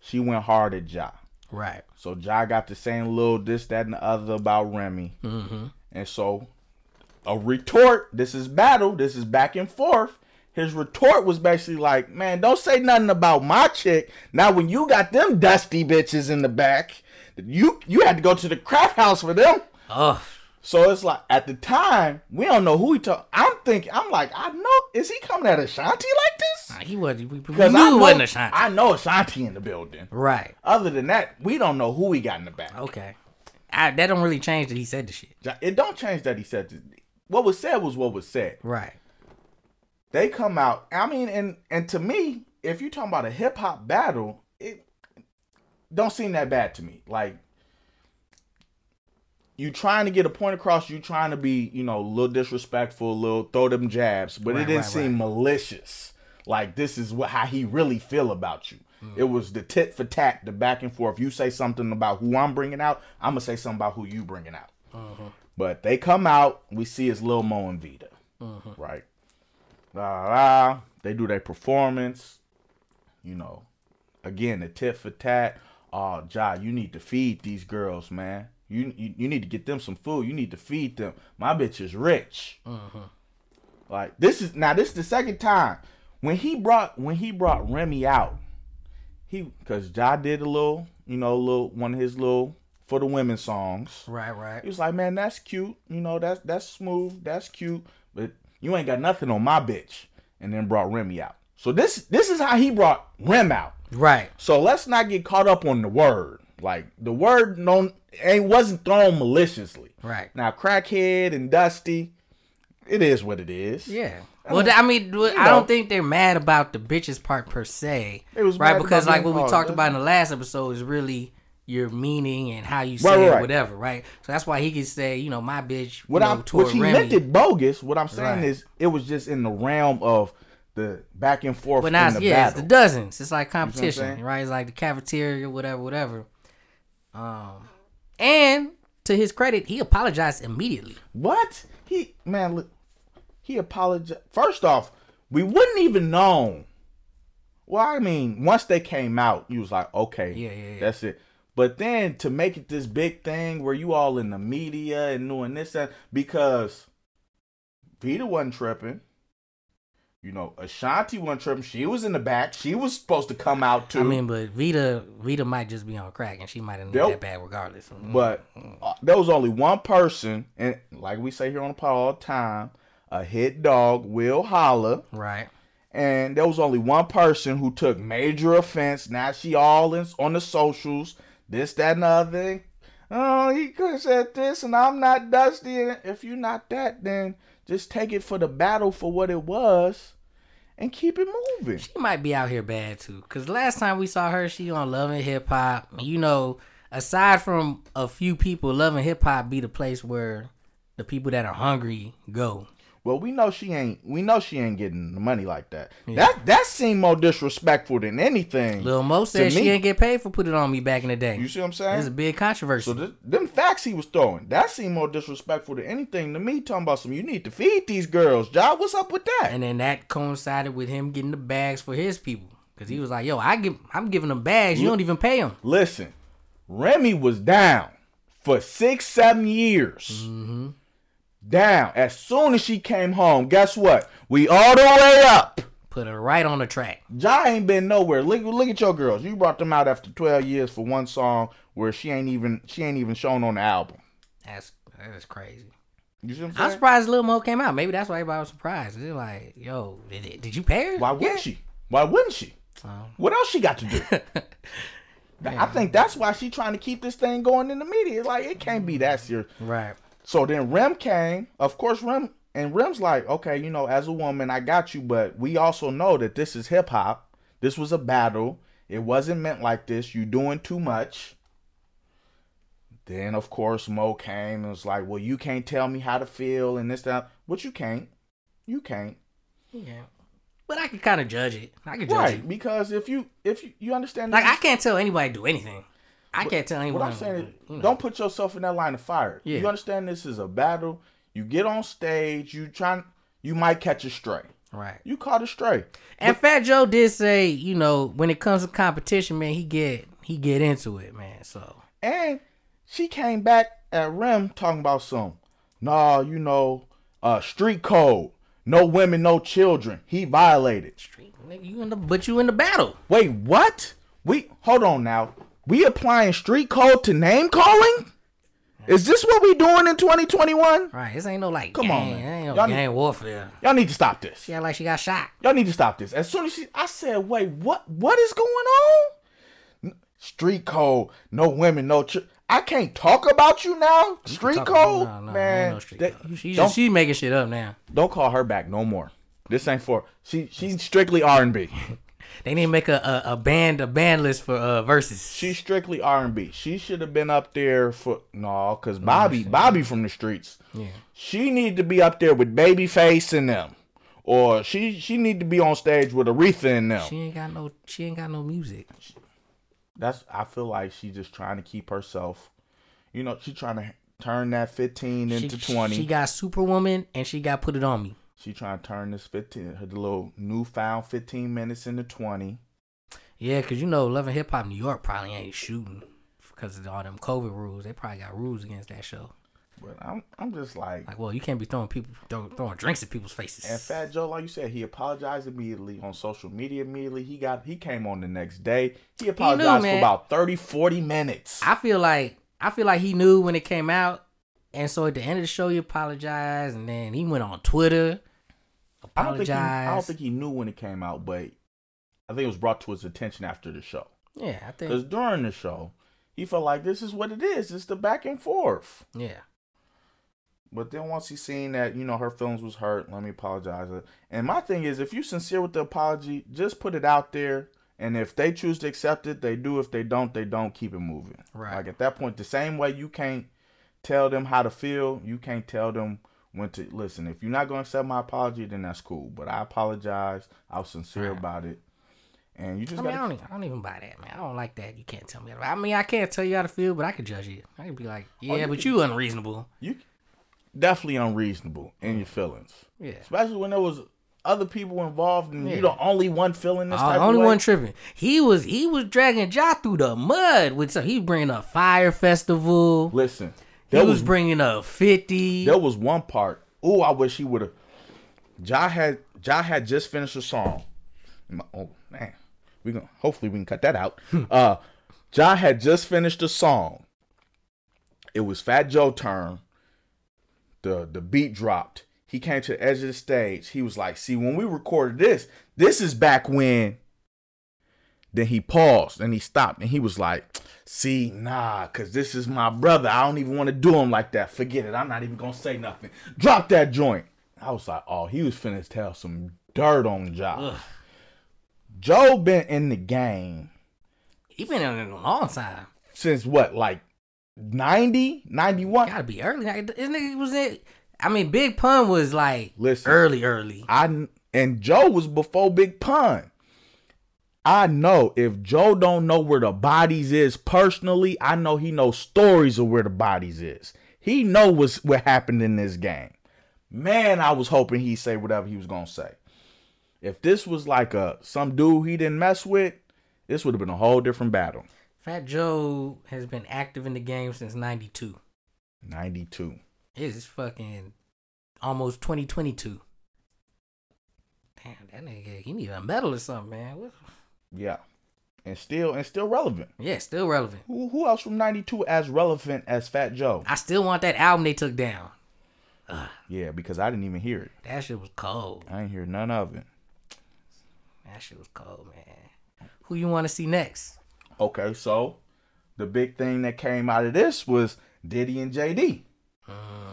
Speaker 1: She went hard at Ja.
Speaker 2: right?
Speaker 1: So Ja got the same little this that and the other about Remy.
Speaker 2: Mm-hmm.
Speaker 1: And so a retort, this is battle, this is back and forth. His retort was basically like, man, don't say nothing about my chick. Now when you got them dusty bitches in the back, you you had to go to the crap house for them.
Speaker 2: Oh,
Speaker 1: So it's like at the time, we don't know who he talk. I'm thinking, I'm like, I know, is he coming at Ashanti like this?
Speaker 2: he wasn't. We, we
Speaker 1: Because
Speaker 2: knew it
Speaker 1: know,
Speaker 2: wasn't a shine.
Speaker 1: I know Ashanti in the building.
Speaker 2: right?
Speaker 1: Other than that, we don't know who he got in the back.
Speaker 2: Okay. I, that don't really change that he said the shit.
Speaker 1: It don't change that he said this. what was said was what was said.
Speaker 2: Right.
Speaker 1: they come out. I mean, and and to me, if you're talking about a hip hop battle, it don't seem that bad to me. Like you trying to get a point across, you trying to be, you know, a little disrespectful, a little throw them jabs, but
Speaker 2: Right,
Speaker 1: it didn't
Speaker 2: right,
Speaker 1: seem malicious. Like this is what how he really feel about you.
Speaker 2: Hmm.
Speaker 1: It was the tit for tat, the back and forth. You say something about who I'm bringing out, I'm gonna say something about who you bringing out.
Speaker 2: Uh-huh.
Speaker 1: But they come out, we see it's Lil Mo and Vita,
Speaker 2: Uh-huh.
Speaker 1: right? La la, la. They do their performance. You know, again the tit for tat. Oh, Ja, you need to feed these girls, man. You you, you need to get them some food. You need to feed them. My bitch is rich. Like this is now this is the second time when he brought when he brought Remy out. He because Ja did a little you know a little one of his little for the women songs.
Speaker 2: Right.
Speaker 1: He
Speaker 2: Right.
Speaker 1: was like, man, that's cute. You know, that's that's smooth. That's cute. But you ain't got nothing on my bitch. And then brought Remy out. So this this is how he brought Rem out.
Speaker 2: Right.
Speaker 1: So let's not get caught up on the word. Like the word no ain't wasn't thrown maliciously.
Speaker 2: Right.
Speaker 1: Now crackhead and dusty, it is what it is.
Speaker 2: Yeah. Well, th- I mean, w- I
Speaker 1: know.
Speaker 2: don't think they're mad about the bitches part per se.
Speaker 1: They was
Speaker 2: right
Speaker 1: mad
Speaker 2: because
Speaker 1: about
Speaker 2: like
Speaker 1: being
Speaker 2: what we
Speaker 1: called
Speaker 2: talked
Speaker 1: that.
Speaker 2: about in the last episode is really your meaning and how you say
Speaker 1: Right,
Speaker 2: it,
Speaker 1: right.
Speaker 2: whatever, right? So that's why he could say, you know, my bitch,
Speaker 1: What
Speaker 2: you know,
Speaker 1: I'm
Speaker 2: toward
Speaker 1: what he
Speaker 2: Remy.
Speaker 1: meant it bogus. What I'm saying
Speaker 2: Right.
Speaker 1: is it was just in the realm of the back and forth
Speaker 2: But now,
Speaker 1: in
Speaker 2: it's,
Speaker 1: the
Speaker 2: yeah, it's
Speaker 1: battle.
Speaker 2: the dozens. It's like
Speaker 1: what I'm saying?
Speaker 2: competition, right? It's like the cafeteria, whatever, whatever. Um, and to his credit, he apologized immediately.
Speaker 1: What? He man, look, he apologized. First off, we wouldn't even known Well, I mean, once they came out, you was like, okay,
Speaker 2: Yeah, yeah, yeah.
Speaker 1: that's it. But then to make it this big thing where you all in the media and doing this that because Vita wasn't tripping. You know, Ashanti wasn't tripping. She was in the back. She was supposed to come out too.
Speaker 2: I mean, but Vita Vita might just be on crack, and she might have
Speaker 1: Yep.
Speaker 2: been that bad regardless.
Speaker 1: But uh, there was only one person, and like we say here on the pod all the time, a hit dog will holler.
Speaker 2: right,
Speaker 1: And there was only one person who took major offense. Now she all in, on the socials, this, that, and the other. Oh, he could have said this, and I'm not Dusty. And if you're not that, then just take it for the battle for what it was, and keep it moving.
Speaker 2: she might be out here bad too. Cause last time we saw her, she on Love and Hip Hop. And You know, aside from a few people, Love and Hip Hop be the place where the people that are hungry go.
Speaker 1: Well, we know she ain't. We know she ain't getting the money like that. That that seemed more disrespectful than anything.
Speaker 2: Lil Mo said she
Speaker 1: me-
Speaker 2: didn't get paid for Put It On Me back in the day.
Speaker 1: You see what I'm saying?
Speaker 2: It's a big
Speaker 1: So
Speaker 2: controversy.
Speaker 1: th- them facts he was throwing, that seemed more disrespectful than anything to me. Talking about some, you need to feed these girls, job. What's up with that?
Speaker 2: and then that coincided with him getting the bags for his people. Cause he was like, "Yo, I give, I'm giving them bags. You don't even pay them."
Speaker 1: Listen, Remy was down for six, seven years.
Speaker 2: Mm-hmm.
Speaker 1: Down. As soon as she came home, guess what? We all the way up.
Speaker 2: Put her right on the track.
Speaker 1: Ja ain't been nowhere. Look, look at your girls. You brought them out after twelve years for one song where she ain't even she ain't even shown on the album.
Speaker 2: That's that's crazy.
Speaker 1: You see what I'm saying?
Speaker 2: I'm surprised Lil Mo came out. Maybe that's why everybody was surprised. They're like, "Yo, did, did you pay her?"
Speaker 1: Why wouldn't she? Why wouldn't she?
Speaker 2: Um,
Speaker 1: What else she got to do? I think that's why she trying to keep this thing going in the media. Like it can't be that serious.
Speaker 2: right.
Speaker 1: So then Rem came. Of course, Rem and Rem's like, okay, you know, as a woman, I got you, but we also know that this is hip hop. This was a battle. It wasn't meant like this. You doing too much. Then of course Mo came and was like, well, you can't tell me how to feel and this that. But you can't. You can't.
Speaker 2: Yeah. But I can kind of judge it. I can judge
Speaker 1: Right,
Speaker 2: it.
Speaker 1: because if you if you, you understand
Speaker 2: Like
Speaker 1: this-
Speaker 2: I can't tell anybody to do anything. I can't tell anyone.
Speaker 1: What I'm saying is,
Speaker 2: you know.
Speaker 1: don't put yourself in that line of fire.
Speaker 2: Yeah.
Speaker 1: You understand this is a battle. You get on stage, you trying, you might catch a stray.
Speaker 2: Right.
Speaker 1: You caught a stray.
Speaker 2: And Fat Joe did say, you know, when it comes to competition, man, he get he get into it, man. So
Speaker 1: And she came back at Rem talking about some, nah, you know, uh, street code. No women, no children. He violated.
Speaker 2: street nigga, you in the but you in the battle.
Speaker 1: Wait, what? We hold on now. We applying street code to name calling? Is this what we doing in 2021?
Speaker 2: Right. This ain't no like
Speaker 1: Come on,
Speaker 2: gang,
Speaker 1: man.
Speaker 2: ain't no
Speaker 1: Y'all need-
Speaker 2: gang warfare.
Speaker 1: Y'all need to stop this.
Speaker 2: She act like she got shot.
Speaker 1: Y'all need to stop this. As soon as she, I said, wait, what? What is going on? N- Street code, no women, no. Ch- I can't talk about you now. Street
Speaker 2: Talking-
Speaker 1: code,
Speaker 2: no, no,
Speaker 1: man.
Speaker 2: ain't no street
Speaker 1: that-
Speaker 2: code. She
Speaker 1: don't
Speaker 2: just she making shit up now.
Speaker 1: don't call her back no more. This ain't for she. She's strictly R and B.
Speaker 2: They need to make a, a, a band a band list for uh verses.
Speaker 1: She's strictly R and B. She should have been up there for no, cause Bobby, Bobby from the streets.
Speaker 2: Yeah.
Speaker 1: She need to be up there with Babyface and them, or she she need to be on stage with Aretha and them.
Speaker 2: She ain't got no she ain't got no music.
Speaker 1: that's I feel like she just trying to keep herself. You know, she trying to turn that 15
Speaker 2: She,
Speaker 1: into 20.
Speaker 2: she
Speaker 1: She,
Speaker 2: got Superwoman and she got put it on me.
Speaker 1: trying to turn this 15 her little newfound 15 minutes into 20.
Speaker 2: Yeah, cause you know, Love and Hip Hop New York probably ain't shooting because of all them COVID rules. They probably got rules against that show.
Speaker 1: But I'm I'm just like
Speaker 2: Like, well, you can't be throwing people throw, throwing drinks at people's faces.
Speaker 1: and Fat Joe, like you said, he apologized immediately on social media immediately. He got he came on the next day. He apologized for
Speaker 2: man.
Speaker 1: about 30 40 minutes.
Speaker 2: I feel like I feel like he knew when it came out, and so at the end of the show, he apologized, and then he went on Twitter,
Speaker 1: I don't think
Speaker 2: apologized.
Speaker 1: he, I don't think he knew when it came out, but I think it was brought to his attention after the show.
Speaker 2: yeah, I think
Speaker 1: Because during the show, he felt like this is what it is. It's the back and forth.
Speaker 2: yeah.
Speaker 1: But then once he seen that, you know, her feelings was hurt, let me apologize. And my thing is, if you sincere with the apology, just put it out there. And if they choose to accept it, they do. If they don't, they don't. Keep it moving.
Speaker 2: Right.
Speaker 1: Like at that point, the same way you can't tell them how to feel, you can't tell them when to listen. If you're not going to accept my apology, then that's cool. But I apologize. I was sincere
Speaker 2: Right.
Speaker 1: about it. And you just
Speaker 2: I mean, I
Speaker 1: gotta
Speaker 2: don't, even, I don't even buy that, man. I don't like that. You can't tell me. That. I mean, I can't tell you how to feel, but I can judge it. I can be like, yeah,
Speaker 1: Oh, you
Speaker 2: but
Speaker 1: can-
Speaker 2: you unreasonable.
Speaker 1: you definitely unreasonable in your feelings.
Speaker 2: Yeah,
Speaker 1: especially when there was other people involved, and
Speaker 2: Yeah.
Speaker 1: you the only one feeling this.
Speaker 2: Uh,
Speaker 1: type
Speaker 2: only
Speaker 1: of way.
Speaker 2: one tripping. He was he was dragging Ja through the mud with some. He was bringing a fire festival.
Speaker 1: Listen,
Speaker 2: He
Speaker 1: there
Speaker 2: was,
Speaker 1: was
Speaker 2: bringing a fifty.
Speaker 1: there was one part. Oh, I wish he would have. Ja had Ja had just finished a song. My- Oh man, we gonna hopefully we can cut that out.
Speaker 2: Hmm.
Speaker 1: uh, Ja had just finished a song. It was Fat Joe turn. The the beat dropped. He came to the edge of the stage. He was like, "See, when we recorded this, this is back when." Then he paused and he stopped and he was like, See, nah, cause this is my brother. I don't even want to do him like that. Forget it. I'm not even gonna say nothing. Drop that joint. I was like, oh, he was finna tell some dirt on Joe.
Speaker 2: Ugh.
Speaker 1: Joe been in the game
Speaker 2: He been in it a long time.
Speaker 1: since what, like 90, 91?
Speaker 2: Gotta be early. Like, This nigga was in. I mean, Big Pun was like
Speaker 1: Listen.
Speaker 2: early, early.
Speaker 1: I and Joe was before Big Pun. I know if Joe don't know where the bodies is personally, I know he knows stories of where the bodies is. He know what's what happened in this game. Man, I was hoping he'd say whatever he was gonna say. If this was like a some dude he didn't mess with, this would have been a whole different battle.
Speaker 2: Fat Joe has been active in the game since '92.
Speaker 1: 92.
Speaker 2: It's fucking almost 2022. Damn, that nigga, he need a medal or something, man. What?
Speaker 1: Yeah. And still and still relevant.
Speaker 2: Yeah, still relevant.
Speaker 1: Who who else from 92 as relevant as Fat Joe?
Speaker 2: I still want that album they took down.
Speaker 1: Yeah, because I didn't even hear it.
Speaker 2: That shit was cold.
Speaker 1: I ain't hear none of it.
Speaker 2: That shit was cold, man. Who you want to see next?
Speaker 1: Okay, so the big thing that came out of this was Diddy and JD.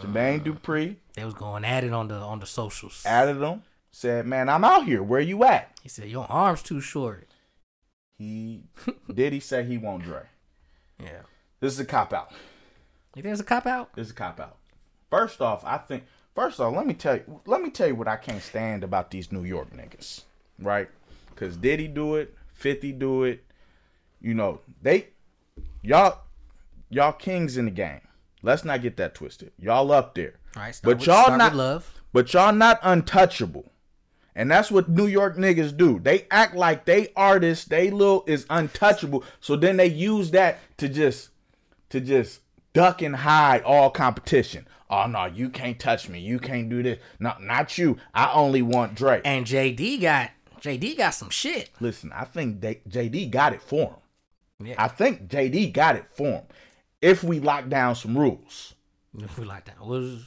Speaker 1: Jermaine Dupree
Speaker 2: They was going at it on the on the socials.
Speaker 1: added them, said, Man, I'm out here. Where you at?
Speaker 2: He said, "Your arms too short."
Speaker 1: He Diddy said he won't Dre.
Speaker 2: Yeah.
Speaker 1: This is a cop out.
Speaker 2: You think it's a cop out?
Speaker 1: This is a cop out. First off, I think first off, let me tell you let me tell you what I can't stand about these New York niggas. Right? Cause Diddy do it, 50 do it. You know, they y'all y'all kings in the game. Let's not get that twisted. Y'all up there.
Speaker 2: All right. Start
Speaker 1: But
Speaker 2: with,
Speaker 1: y'all
Speaker 2: start
Speaker 1: not-
Speaker 2: with love.
Speaker 1: But y'all not untouchable. And that's what New York niggas do. They act like they artists, they little is untouchable. So then they use that to just to just duck and hide all competition. Oh no, you can't touch me. You can't do this. No, not you. I only want Drake.
Speaker 2: And JD got JD got some shit. *laughs*
Speaker 1: Listen, I think they, JD got it for him.
Speaker 2: Yeah.
Speaker 1: I think JD got it for him. If we lock down some rules.
Speaker 2: If we like that was,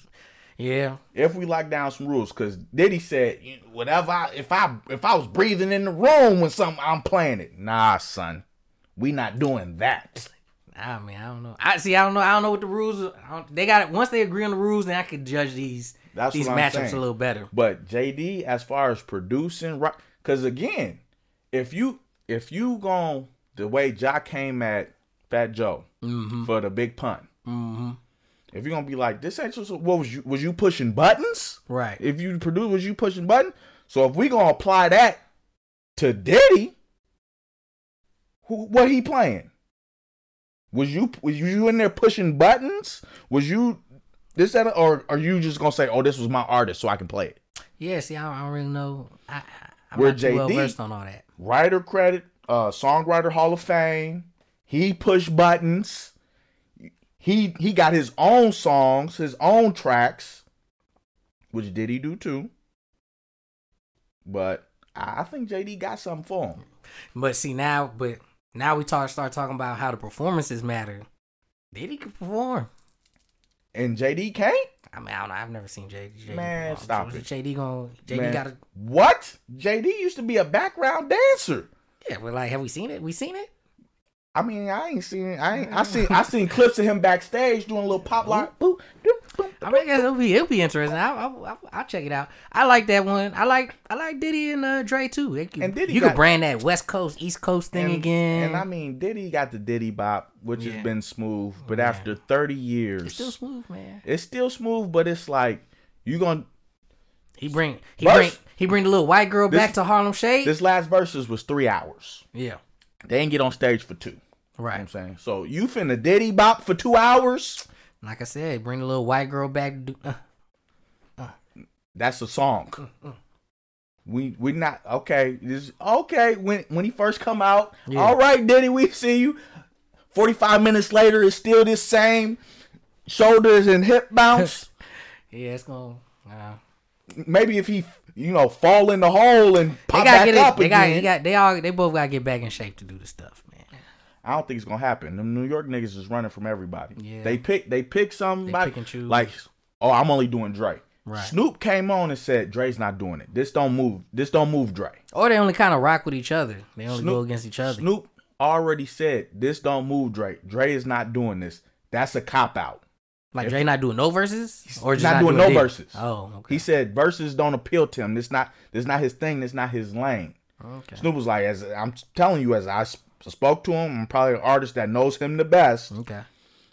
Speaker 2: yeah.
Speaker 1: if we lock down some rules, because Diddy said you know, whatever. I, if I if I was breathing in the room when something I'm playing it, nah, son, we not doing that.
Speaker 2: I mean, I don't know. I see. I don't know. I don't know what the rules. Are. I don't, they got it. Once they agree on the rules, then I could judge these
Speaker 1: That's
Speaker 2: these
Speaker 1: what I'm
Speaker 2: matchups
Speaker 1: saying.
Speaker 2: a little better.
Speaker 1: But JD, as far as producing, right? Because again, if you if you gon' the way Ja came at Fat Joe for the big pun,
Speaker 2: hmm
Speaker 1: if you gonna be like this, ain't just what was you was you pushing buttons?
Speaker 2: Right.
Speaker 1: If you produce, was you pushing button? So if we gonna apply that to Diddy, who what he playing? Was you was you in there pushing buttons? Was you this that or are you just gonna say, oh, this was my artist, so I can play it?
Speaker 2: yeah. See, I don't, I don't really know. I, I- I'm
Speaker 1: Where
Speaker 2: not too well
Speaker 1: JD
Speaker 2: versed on all that.
Speaker 1: Writer credit, uh, songwriter Hall of Fame. He pushed buttons. He he got his own songs, his own tracks, which did he do too. But I I think JD got something for him.
Speaker 2: But see now, but now we talk start talking about how the performances matter. Diddy can perform.
Speaker 1: And JD can't?
Speaker 2: I mean, I don't know. I've never seen JD. JD
Speaker 1: Man,
Speaker 2: perform.
Speaker 1: stop
Speaker 2: Was
Speaker 1: it.
Speaker 2: JD going JD
Speaker 1: Man,
Speaker 2: got to
Speaker 1: What? JD used to be a background dancer.
Speaker 2: yeah. We're like, have we seen it? We seen it?
Speaker 1: I mean, I ain't seen I ain't I seen I seen clips of him backstage doing a little pop lock. Boop, doop, boop.
Speaker 2: I mean, I guess it'll be it'll be interesting. I, I, I, I'll check it out. I like that one. I like I like Diddy and uh, Dre too. They can-
Speaker 1: And Diddy
Speaker 2: you could
Speaker 1: got-
Speaker 2: brand that West Coast East Coast thing
Speaker 1: and,
Speaker 2: again.
Speaker 1: And I mean, Diddy got the Diddy bop, which
Speaker 2: Yeah. Oh,
Speaker 1: has been smooth. But after 30 years,
Speaker 2: it's still smooth, man.
Speaker 1: smooth, but it's like you gonna
Speaker 2: He bring he
Speaker 1: Verse-
Speaker 2: bring he bring the little white girl
Speaker 1: This-
Speaker 2: back to Harlem Shake.
Speaker 1: this last verses was three hours.
Speaker 2: yeah,
Speaker 1: They didn't get on stage for two. You know what I'm
Speaker 2: right.
Speaker 1: saying so. You finna Diddy bop for two hours?
Speaker 2: Like I said, bring the little white girl back. to do- uh,
Speaker 1: That's a song. We we not okay. This okay when when he first come out.
Speaker 2: Yeah.
Speaker 1: All right, Diddy, we see you. Forty five minutes later, it's still this same shoulders and hip
Speaker 2: *laughs*
Speaker 1: bounce.
Speaker 2: Yeah, it's gonna. Uh,
Speaker 1: Maybe if he you know fall in the hole and
Speaker 2: they
Speaker 1: pop
Speaker 2: gotta
Speaker 1: back
Speaker 2: get
Speaker 1: up
Speaker 2: it. They got,
Speaker 1: again.
Speaker 2: they got. They all. They both gotta get back in shape to do this stuff, man.
Speaker 1: I don't think it's gonna happen. Them New York niggas is running from everybody.
Speaker 2: Yeah.
Speaker 1: They pick they pick somebody
Speaker 2: pick and choose.
Speaker 1: like oh I'm only doing Dre.
Speaker 2: Right.
Speaker 1: Snoop came on and said Dre's not doing it. This don't move. This don't move Dre.
Speaker 2: Or they only kind of rock with each other. They only go
Speaker 1: Snoop-
Speaker 2: against each other.
Speaker 1: Snoop already said this don't move Dre. Dre is not doing this. That's a cop out.
Speaker 2: like Dre not doing no verses, or just
Speaker 1: not doing no
Speaker 2: dick?
Speaker 1: verses.
Speaker 2: Oh, okay.
Speaker 1: He said verses don't appeal to him. This not this not his thing. This not his lane.
Speaker 2: okay.
Speaker 1: Snoop was like as I'm telling you as I s- spoke to him. I'm probably an artist that knows him the best.
Speaker 2: Okay.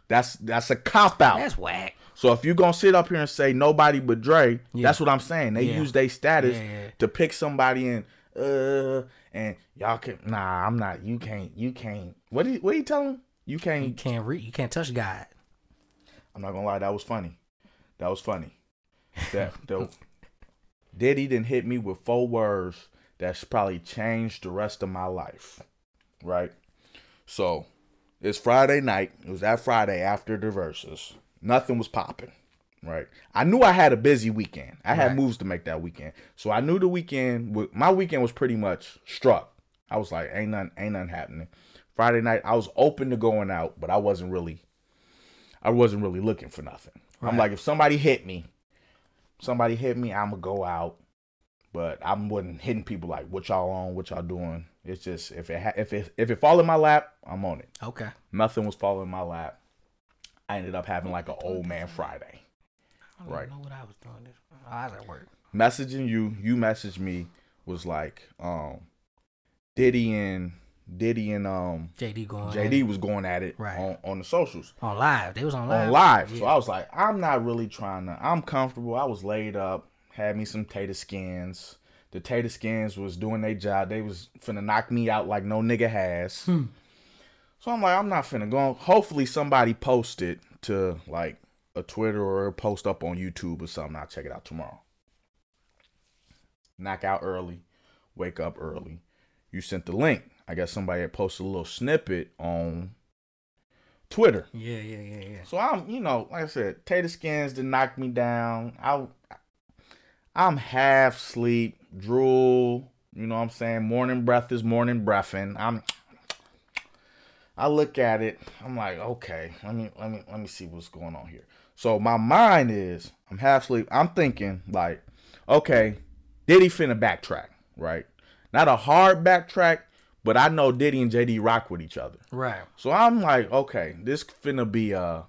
Speaker 1: That's that's a cop out.
Speaker 2: Mm-hmm. That's whack.
Speaker 1: So if you're gonna sit up here and say nobody but Dre,
Speaker 2: Yeah.
Speaker 1: that's what I'm saying. They
Speaker 2: Yeah.
Speaker 1: use their status
Speaker 2: Yeah, yeah.
Speaker 1: to pick somebody and uh and y'all can nah, I'm not you can't you can't what did what you tell him? You
Speaker 2: You
Speaker 1: can't
Speaker 2: can't read. You can't touch God.
Speaker 1: I'm not gonna lie, that was funny. That was funny. That the Diddy didn't hit me with four words that's probably changed the rest of my life. Right? So it's Friday night. It was that Friday after the verses. Nothing was popping. Right. I knew I had a busy weekend. I had
Speaker 2: Right.
Speaker 1: moves to make that weekend. So I knew the weekend wa- my weekend was pretty much struck. I was like, ain't nothing ain't nothing happening. Friday night, I was open to going out, but I wasn't really I wasn't really looking for nothing. I'm
Speaker 2: Right.
Speaker 1: like, if somebody hit me, somebody hit me, I'ma go out. But I wasn't hitting people like what y'all on, what y'all doing. It's just if it ha- if it if it fall in my lap, I'm on it.
Speaker 2: Okay.
Speaker 1: Nothing was falling in my lap. I ended up having like an old man Friday.
Speaker 2: I don't
Speaker 1: Right.
Speaker 2: know what I was doing. This. oh, I was at work.
Speaker 1: Messaging you, you messaged me was like, um, Diddy and Diddy and um
Speaker 2: JD going.
Speaker 1: JD was going at it
Speaker 2: Right.
Speaker 1: on, on the socials.
Speaker 2: on live. They was on live.
Speaker 1: on live. So
Speaker 2: Yeah.
Speaker 1: I was like, I'm not really trying to. I'm comfortable. I was laid up, had me some tater skins. The tater skins was doing their job. They was finna knock me out like no nigga has. So I'm like, I'm not finna go. Hopefully somebody posted to like a Twitter or a post up on YouTube or something. I'll check it out tomorrow. Knock out early, wake up early. You sent the link. I guess somebody had posted a little snippet on Twitter.
Speaker 2: Yeah, yeah, yeah, yeah.
Speaker 1: So I'm, you know, like I said, tater skins to knock me down. I, I'm half sleep, drool. You know what I'm saying? Morning breath is morning breathing. I'm. I look at it. I'm like, okay, let me let me let me see what's going on here. So my mind is, I'm half sleep. I'm thinking like, okay, Diddy finna backtrack, right? Not a hard backtrack, but I know Diddy and JD rock with each other.
Speaker 2: Right.
Speaker 1: So I'm like, okay, this finna be uh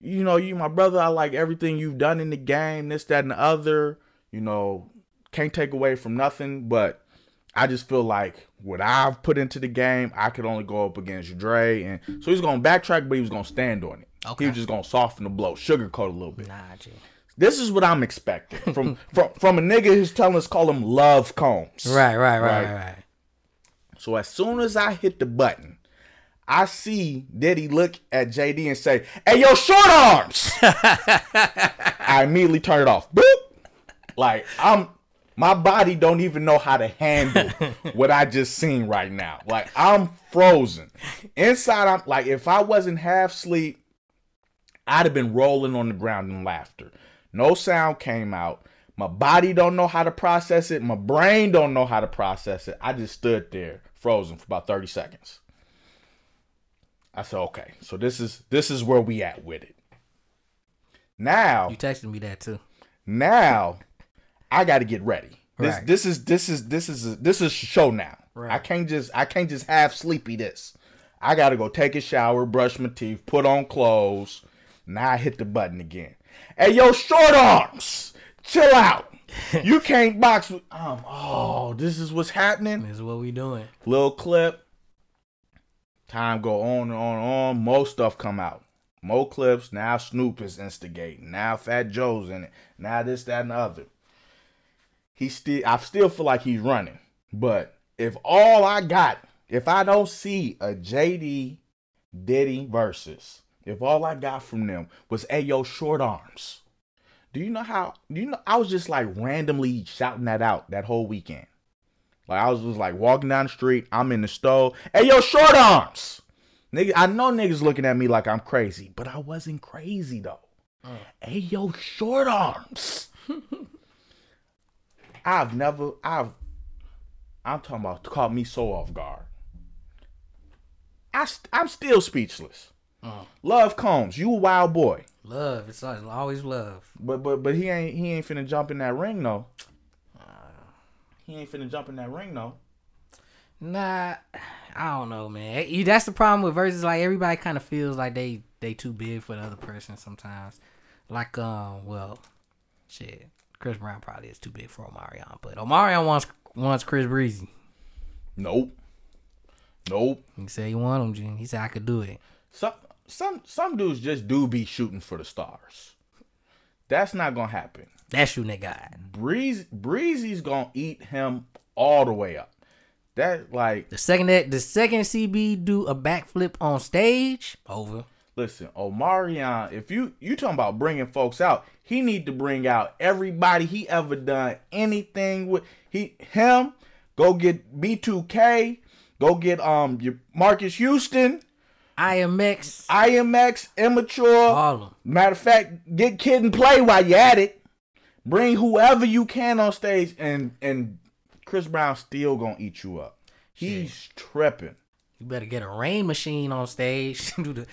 Speaker 1: you know, you my brother, I like everything you've done in the game, this, that, and the other. You know, can't take away from nothing, but I just feel like what I've put into the game, I could only go up against Dre and so he's gonna backtrack, but he was gonna stand on it. He
Speaker 2: Okay.
Speaker 1: was just gonna soften the blow, sugarcoat a little bit.
Speaker 2: Nah, G.
Speaker 1: This is what I'm expecting
Speaker 2: *laughs*
Speaker 1: from from from a nigga who's telling us call him Love Combs.
Speaker 2: Right, right, right,
Speaker 1: Right.
Speaker 2: right, right. right.
Speaker 1: So as soon as I hit the button, I see Diddy look at JD and say, "Hey, yo, short arms!" I immediately turn it off. Boop. Like I'm, my body don't even know how to handle what I just seen right now. Like I'm frozen inside. I'm like, if I wasn't half asleep, I'd have been rolling on the ground in laughter. No sound came out. My body don't know how to process it. My brain don't know how to process it. I just stood there frozen for about 30 seconds. I said, okay, so this is this is where we at with it. Now
Speaker 2: You texted me that too.
Speaker 1: now I got to get ready. This
Speaker 2: Right.
Speaker 1: this is this is this is this is show now.
Speaker 2: Right.
Speaker 1: I can't just I can't just half sleepy this. I got to go take a shower, brush my teeth, put on clothes. Now I hit the button again. Hey yo, short arms, chill
Speaker 2: *laughs*
Speaker 1: out. You can't box with um. Oh, this is what's happening
Speaker 2: This is what we doing.
Speaker 1: little clip. Time go on and on and on. More stuff come out. More clips. Now Snoop is instigating. Now Fat Joe's in it. Now this, that, and the other. He still I still feel like he's running. But if all I got, if I don't see a JD Diddy versus, if all I got from them was Ayo short arms, Do you know how? Do you know? I was just like randomly shouting that out that whole weekend. Like I was just like walking down the street. I'm in the store. Hey, yo, short arms, nigga. I know niggas looking at me like I'm crazy, but I wasn't crazy though. Hey, yo, short arms. I've never. I've. I'm talking about caught me so off guard. I st- I'm still speechless.
Speaker 2: Mm.
Speaker 1: Love Combs, you a wild boy.
Speaker 2: Love. It's al- always love.
Speaker 1: But but but he ain't he ain't finna jump in that ring though. He ain't finna jump in that ring though.
Speaker 2: Nah, I don't know, man. Eh, That's the problem with verses. Like everybody kind of feels like they they too big for the other person sometimes. Like um, well, shit. Chris Brown probably is too big for Omarion, but Omarion wants wants Chris Breezy.
Speaker 1: Nope. Nope.
Speaker 2: He said he want him, Gene. He said I could do it.
Speaker 1: Some some some dudes just do be shooting for the stars. That's not gonna happen.
Speaker 2: That's you, nigga.
Speaker 1: Breeze Breezy's gonna eat him all the way up. That like
Speaker 2: The second that the second CB do a backflip on stage, over.
Speaker 1: listen, Omarion. If you you talking about bringing folks out, he need to bring out everybody he ever done anything with. He him go get B2K, go get um your Marcus Houston,
Speaker 2: IMX,
Speaker 1: IMX, immature.
Speaker 2: all of 'em.
Speaker 1: Matter of fact, get kid and play while you at it. Bring whoever you can on stage, and and Chris Brown still gonna eat you up. He's tripping,
Speaker 2: You better get a rain machine on stage. *laughs* do the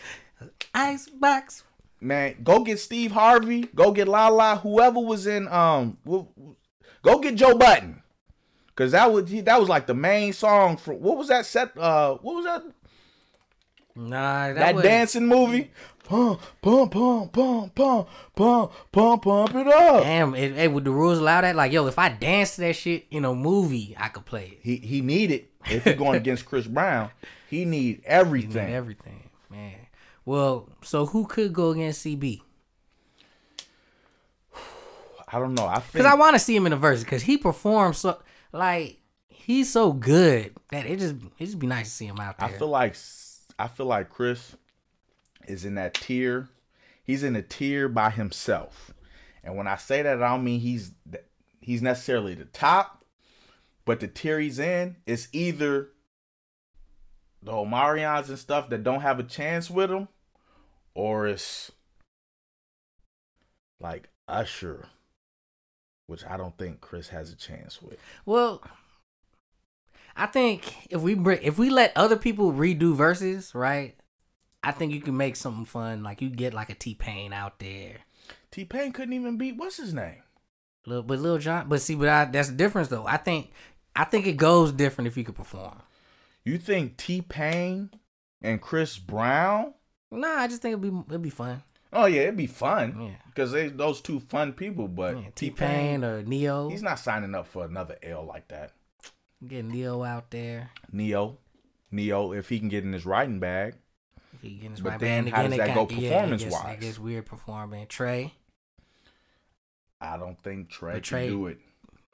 Speaker 2: icebox.
Speaker 1: man. Go get Steve Harvey. Go get Lala. Whoever was in um, wh- go get Joe Button, cause that was he, that was like the main song for what was that set? Uh, what was that
Speaker 2: Nah, that,
Speaker 1: that
Speaker 2: was,
Speaker 1: dancing movie? Pump, pump, pump, pump, pump, pump, pump, pump it up.
Speaker 2: Damn, it, hey, would the rules allow that? Like, yo, if I dance to that shit in a movie, I could play it.
Speaker 1: he he needed if you're *laughs* going against Chris Brown, he need everything.
Speaker 2: And everything, man. Well, so who could go against CB?
Speaker 1: I don't know. I
Speaker 2: Because
Speaker 1: think
Speaker 2: I want to see him in a verse. Because he performs so like he's so good that it just it just be nice to see him out
Speaker 1: I
Speaker 2: there.
Speaker 1: feel like s- I feel like Chris is in that tier. He's in a tier by himself. And when I say that, I don't mean he's th- he's necessarily the top, but the tier he's in is either the Omarions and stuff that don't have a chance with him, or it's like Usher, which I don't think Chris has a chance with.
Speaker 2: well, I think if we bring if we let other people redo verses, right? I think you can make something fun. Like you get like a T Pain out there.
Speaker 1: T Pain couldn't even beat what's his name.
Speaker 2: Lil, but Lil John, but see, but I, that's the difference though. I think, I think it goes different if you could perform.
Speaker 1: You think T Pain and Chris Brown?
Speaker 2: Nah, I just think it'd be it'd be fun.
Speaker 1: Oh yeah, it'd be fun
Speaker 2: Yeah,
Speaker 1: because they those two fun people. But
Speaker 2: T Pain or Neo,
Speaker 1: he's not signing up for another L like that.
Speaker 2: get Neo out there.
Speaker 1: Neo, Neo, if he can get in his writing bag,
Speaker 2: If he gets
Speaker 1: But
Speaker 2: right
Speaker 1: then
Speaker 2: band
Speaker 1: how
Speaker 2: again,
Speaker 1: does
Speaker 2: it
Speaker 1: that
Speaker 2: got-
Speaker 1: go
Speaker 2: yeah, it gets-
Speaker 1: performance-wise?
Speaker 2: It gets weird performing. Trey,
Speaker 1: I don't think Trey can
Speaker 2: But Trey-
Speaker 1: do it.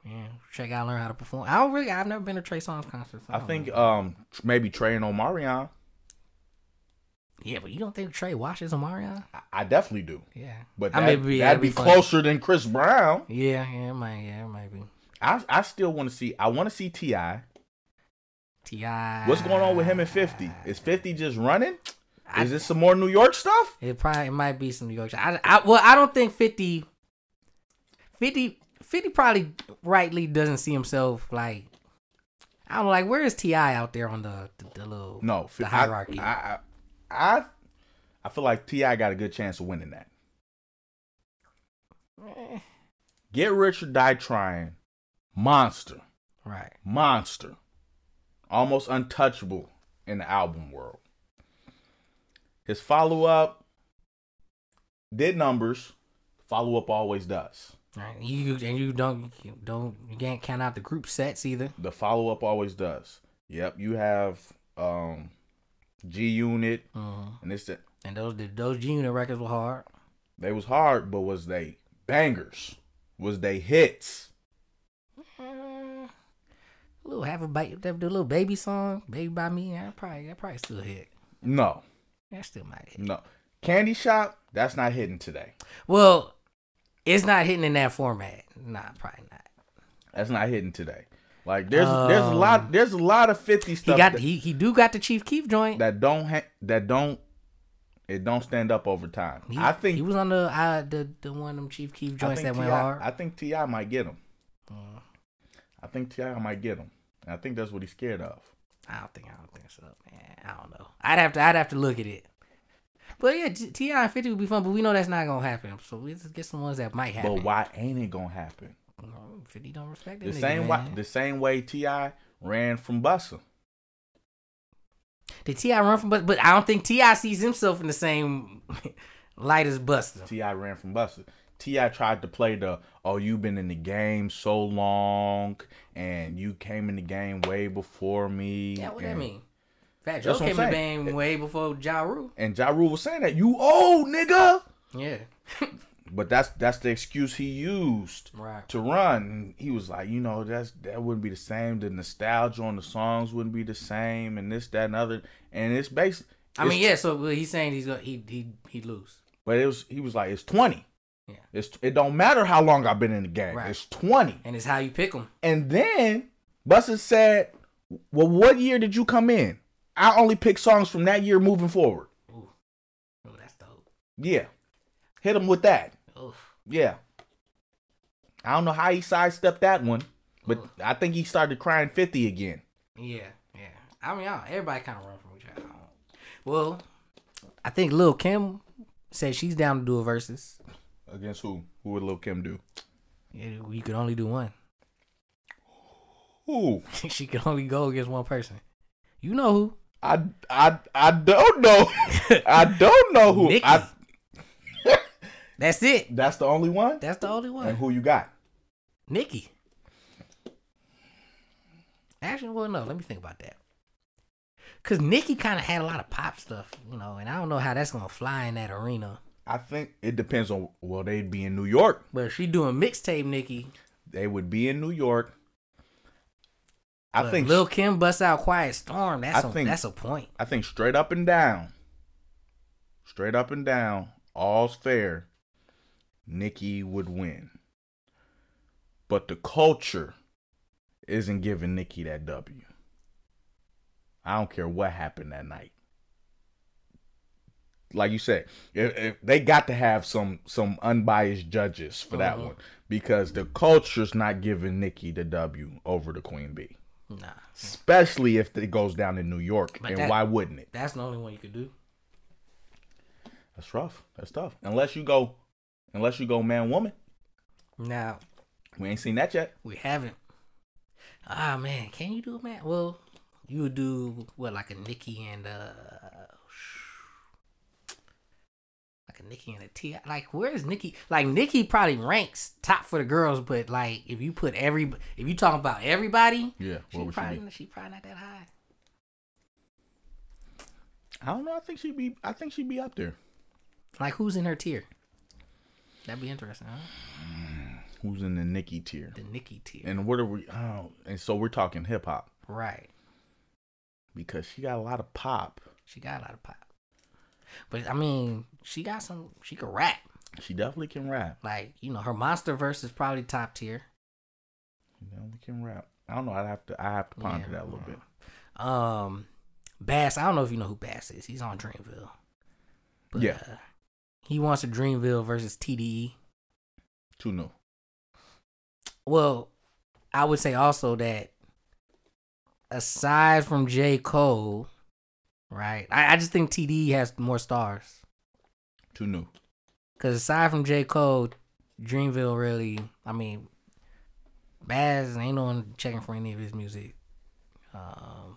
Speaker 2: yeah, Trey gotta learn how to perform. I don't really, I've never been to Trey Songz concert. so
Speaker 1: I
Speaker 2: don't
Speaker 1: think
Speaker 2: know.
Speaker 1: um tr- maybe Trey and Omarion.
Speaker 2: yeah, but you don't think Trey watches Omarion?
Speaker 1: I, I definitely do,
Speaker 2: Yeah,
Speaker 1: but
Speaker 2: I
Speaker 1: that,
Speaker 2: mean, it'd be- yeah,
Speaker 1: that'd
Speaker 2: it'd
Speaker 1: be,
Speaker 2: be fun.
Speaker 1: closer than Chris Brown.
Speaker 2: Yeah, yeah, it might, yeah, it might be.
Speaker 1: I I still want to see. I want to see Ti.
Speaker 2: Ti,
Speaker 1: What's going on with him and Fifty? Is Fifty just running?
Speaker 2: I-
Speaker 1: Is this some more New York stuff?
Speaker 2: It probably it might be some New York. I, I well, I don't think 50, 50, 50 probably rightly doesn't see himself like. I don't know, like where is Ti out there on the the, the little
Speaker 1: No,
Speaker 2: the
Speaker 1: I-
Speaker 2: hierarchy.
Speaker 1: I, I, I, I feel like Ti got a good chance of winning that.
Speaker 2: Eh,
Speaker 1: Get rich or die trying. Monster,
Speaker 2: right.
Speaker 1: monster, almost untouchable in the album world. His follow up did numbers. Follow up always does.
Speaker 2: Right. You and you don't you don't you can't count out the group sets either.
Speaker 1: The follow up always does. Yep, you have um G Unit
Speaker 2: Mhm.
Speaker 1: and this that.
Speaker 2: And those the, those G Unit records were hard.
Speaker 1: They was hard, but was they bangers? Was they hits?
Speaker 2: Uh, little have a bite, the little baby song, baby by me. That probably that probably still hit.
Speaker 1: No,
Speaker 2: That still might hit.
Speaker 1: no. Candy shop, that's not hitting today.
Speaker 2: Well, It's not hitting in that format. Nah, probably not.
Speaker 1: That's not hitting today. Like there's there's a lot there's a lot of fifty
Speaker 2: Oh. He
Speaker 1: stuff
Speaker 2: got
Speaker 1: that,
Speaker 2: he, he do got the Chief Keef joint.
Speaker 1: that don't ha- that don't it don't stand up over time.
Speaker 2: He-
Speaker 1: I think
Speaker 2: he was on the uh, the the one of them Chief Keef
Speaker 1: I
Speaker 2: joints
Speaker 1: think
Speaker 2: that went
Speaker 1: T.I.
Speaker 2: hard.
Speaker 1: I think Ti might get him.
Speaker 2: Mm.
Speaker 1: I think Ti might get him. And I think that's what he's scared of.
Speaker 2: I don't think I don't think so, man. I don't know. I'd have to I'd have to look at it. But yeah, T- Ti and Fifty would be fun, but we know that's not gonna happen. So we just get some ones that might happen.
Speaker 1: But why ain't it gonna happen?
Speaker 2: No, Fifty don't respect that
Speaker 1: The
Speaker 2: nigga,
Speaker 1: same way
Speaker 2: man.
Speaker 1: the same way Ti ran from Bussa.
Speaker 2: Did Ti run from but but I don't think Ti sees himself in the same *laughs* light as Buster.
Speaker 1: Ti ran from Buster. Ti tried to play the oh you've been in the game so long and you came in the game way before me.
Speaker 2: Yeah, what
Speaker 1: and,
Speaker 2: that mean? Fat Joe
Speaker 1: That's what
Speaker 2: came
Speaker 1: I'm
Speaker 2: in the
Speaker 1: saying.
Speaker 2: game way before Ja Rule.
Speaker 1: And Ja Rule was saying that you old nigga,
Speaker 2: Yeah,
Speaker 1: but that's that's the excuse he used
Speaker 2: *laughs* right.
Speaker 1: to run. And he was like, you know, that's that wouldn't be the same. The nostalgia on the songs wouldn't be the same, and this, that, and other. And it's basically,
Speaker 2: I mean, yeah. So well, he's saying he's gonna he he he lose.
Speaker 1: But it was he was like, it's twenty.
Speaker 2: Yeah.
Speaker 1: It's it don't matter how long I've been in the game.
Speaker 2: Right.
Speaker 1: It's twenty.
Speaker 2: and it's how you pick them.
Speaker 1: And then Buster said, Well, what year did you come in? I only pick songs from that year moving forward.
Speaker 2: Ooh. Oh, that's dope.
Speaker 1: Yeah. Hit him with that.
Speaker 2: Oof.
Speaker 1: Yeah. I don't know how he sidestepped that one, but I think he started crying 50 again.
Speaker 2: Yeah, yeah. I mean, I don't- everybody kind of run from each other. I don't- Well, I think Lil Kim said she's down to do a versus.
Speaker 1: Against who? Who would Lil Kim do?
Speaker 2: Yeah, You could only do one. *laughs*
Speaker 1: Who?
Speaker 2: she could only go against one person. You know who?
Speaker 1: I I I don't *laughs* know. I don't know who.
Speaker 2: Nicki.
Speaker 1: I,
Speaker 2: *laughs* That's it.
Speaker 1: that's the only one?
Speaker 2: That's the only
Speaker 1: And
Speaker 2: one.
Speaker 1: who you got?
Speaker 2: Nikki. Actually, well, no. Let me think about that. Cause Nikki kind of had a lot of pop stuff, you know, and I don't know how that's gonna fly in that arena.
Speaker 1: I think it depends on well, they'd be in New York.
Speaker 2: But if she doing mixtape, Nikki,
Speaker 1: They would be in New York. I
Speaker 2: But
Speaker 1: think
Speaker 2: Lil Kim busts out Quiet Storm. That's
Speaker 1: I
Speaker 2: a
Speaker 1: think-
Speaker 2: that's a point.
Speaker 1: I think straight up and down. Straight up and down, all's fair. Nikki would win. But the culture isn't giving Nikki that W. I don't care what happened that night. Like you said, if, if they got to have some some unbiased judges for that
Speaker 2: Mhm.
Speaker 1: one because the culture's not giving Nikki the W over the Queen Bee,
Speaker 2: Nah,
Speaker 1: especially if it goes down in New York.
Speaker 2: But
Speaker 1: and
Speaker 2: that-
Speaker 1: why wouldn't it?
Speaker 2: that's the only one you could do.
Speaker 1: That's rough. That's tough. Unless you go, unless you go man woman.
Speaker 2: Now
Speaker 1: We ain't seen that yet.
Speaker 2: we haven't. Ah man, can you do it, man? Well, you would do what like a Nicki and uh, like a Nicki and a T. Like where is Nicki? Like Nicki probably ranks top for the girls, but like if you put every if you talking about everybody,
Speaker 1: Yeah.
Speaker 2: she probably she probably not that high.
Speaker 1: I don't know. I think she'd be. I think she'd be up there.
Speaker 2: Like who's in her tier? That'd be interesting. huh?
Speaker 1: Who's in the Nicki tier?
Speaker 2: The Nicki tier,
Speaker 1: And what are we? Oh, and so we're talking hip hop
Speaker 2: right?
Speaker 1: because she got a lot of pop.
Speaker 2: She got a lot of pop. But I mean, she got some she could rap.
Speaker 1: She definitely can rap.
Speaker 2: Like, you know, her monster verse is probably top tier.
Speaker 1: She definitely can rap. I don't know. I'd have to. I have to ponder that a little bit.
Speaker 2: Um Bass, I don't know if you know who Bass is. He's on Dreamville.
Speaker 1: Yeah.
Speaker 2: uh, he wants a Dreamville versus E. TDE.
Speaker 1: Too new.
Speaker 2: Well, I would say also that aside from J. Cole, right? I, I just think TDE has more stars.
Speaker 1: Too new.
Speaker 2: Because aside from J. Cole, Dreamville really, I mean, Baz ain't no one checking for any of his music. Um,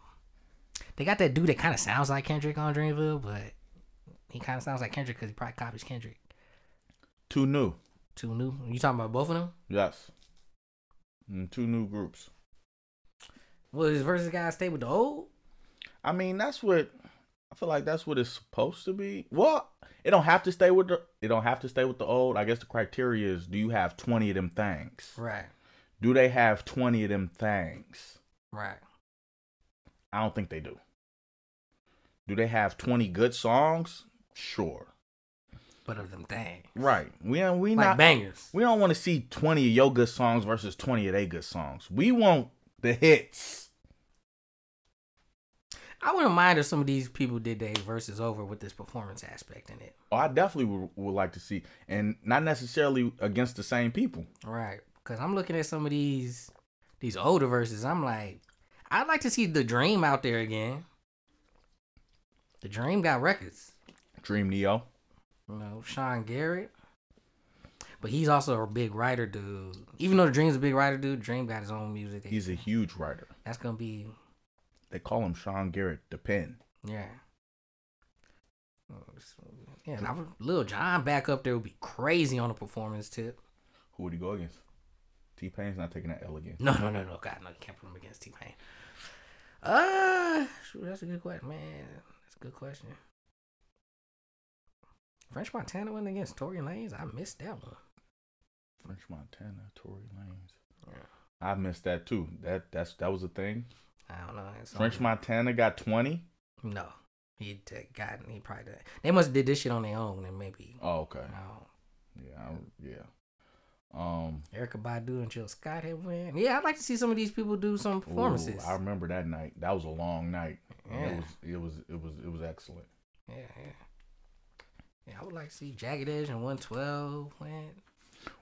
Speaker 2: they got that dude that kind of sounds like Kendrick on Dreamville, but he kind of sounds like Kendrick because he probably copies Kendrick.
Speaker 1: Too new.
Speaker 2: Too new. You talking about both of them?
Speaker 1: Yes. Mm, two new groups.
Speaker 2: Well, his versus guy stay with the old?
Speaker 1: I mean, that's what I feel like. That's what it's supposed to be. Well, it don't have to stay with the. It don't have to stay with the old. I guess the criteria is: Do you have twenty of them things?
Speaker 2: Right,
Speaker 1: Do they have twenty of them things?
Speaker 2: right.
Speaker 1: I don't think they do. Do they have twenty good songs? Sure.
Speaker 2: but of them things.
Speaker 1: Right. We ain't- we
Speaker 2: Like
Speaker 1: not
Speaker 2: bangers.
Speaker 1: we don't want to see 20 of your good songs versus 20 of they good songs. We want the hits.
Speaker 2: I wouldn't mind if some of these people did their verses over with this performance aspect in it.
Speaker 1: Oh, I definitely would, would like to see, and not necessarily against the same people.
Speaker 2: Right. Cause I'm looking at some of these these older verses. I'm like, I'd like to see the dream out there again. The dream got records.
Speaker 1: Dream Neo.
Speaker 2: You know, Sean Garrett. But he's also a big writer dude. Even though the Dream's a big writer dude, Dream got his own music.
Speaker 1: He's a huge writer.
Speaker 2: That's gonna be
Speaker 1: They call him Sean Garrett, the pen.
Speaker 2: yeah. Yeah, and I would, Lil John back up there would be crazy on a performance tip.
Speaker 1: Who would he go against? T Pain's not taking that L again.
Speaker 2: No, no, no, no. God, no. You can't put him against T Pain. Uh, shoot, that's a good question, man. That's a good question. French Montana went against Tory Lanez. I missed that one.
Speaker 1: French Montana, Tory Lanez. I missed that too. That that's that was a thing.
Speaker 2: I don't know. It's
Speaker 1: French
Speaker 2: only-
Speaker 1: Montana got twenty.
Speaker 2: No, he t- got. He probably did. They must have did this shit on their own, and maybe.
Speaker 1: Oh, okay.
Speaker 2: No.
Speaker 1: Yeah, I, yeah. Um,
Speaker 2: Erica Badu and Jill Scott had win. Yeah, I'd like to see some of these people do some
Speaker 1: ooh,
Speaker 2: performances.
Speaker 1: I remember that night. That was a long night. And
Speaker 2: Yeah.
Speaker 1: It was it was it was it was excellent.
Speaker 2: yeah, yeah. Yeah, I would like to see Jagged Edge and 112 win.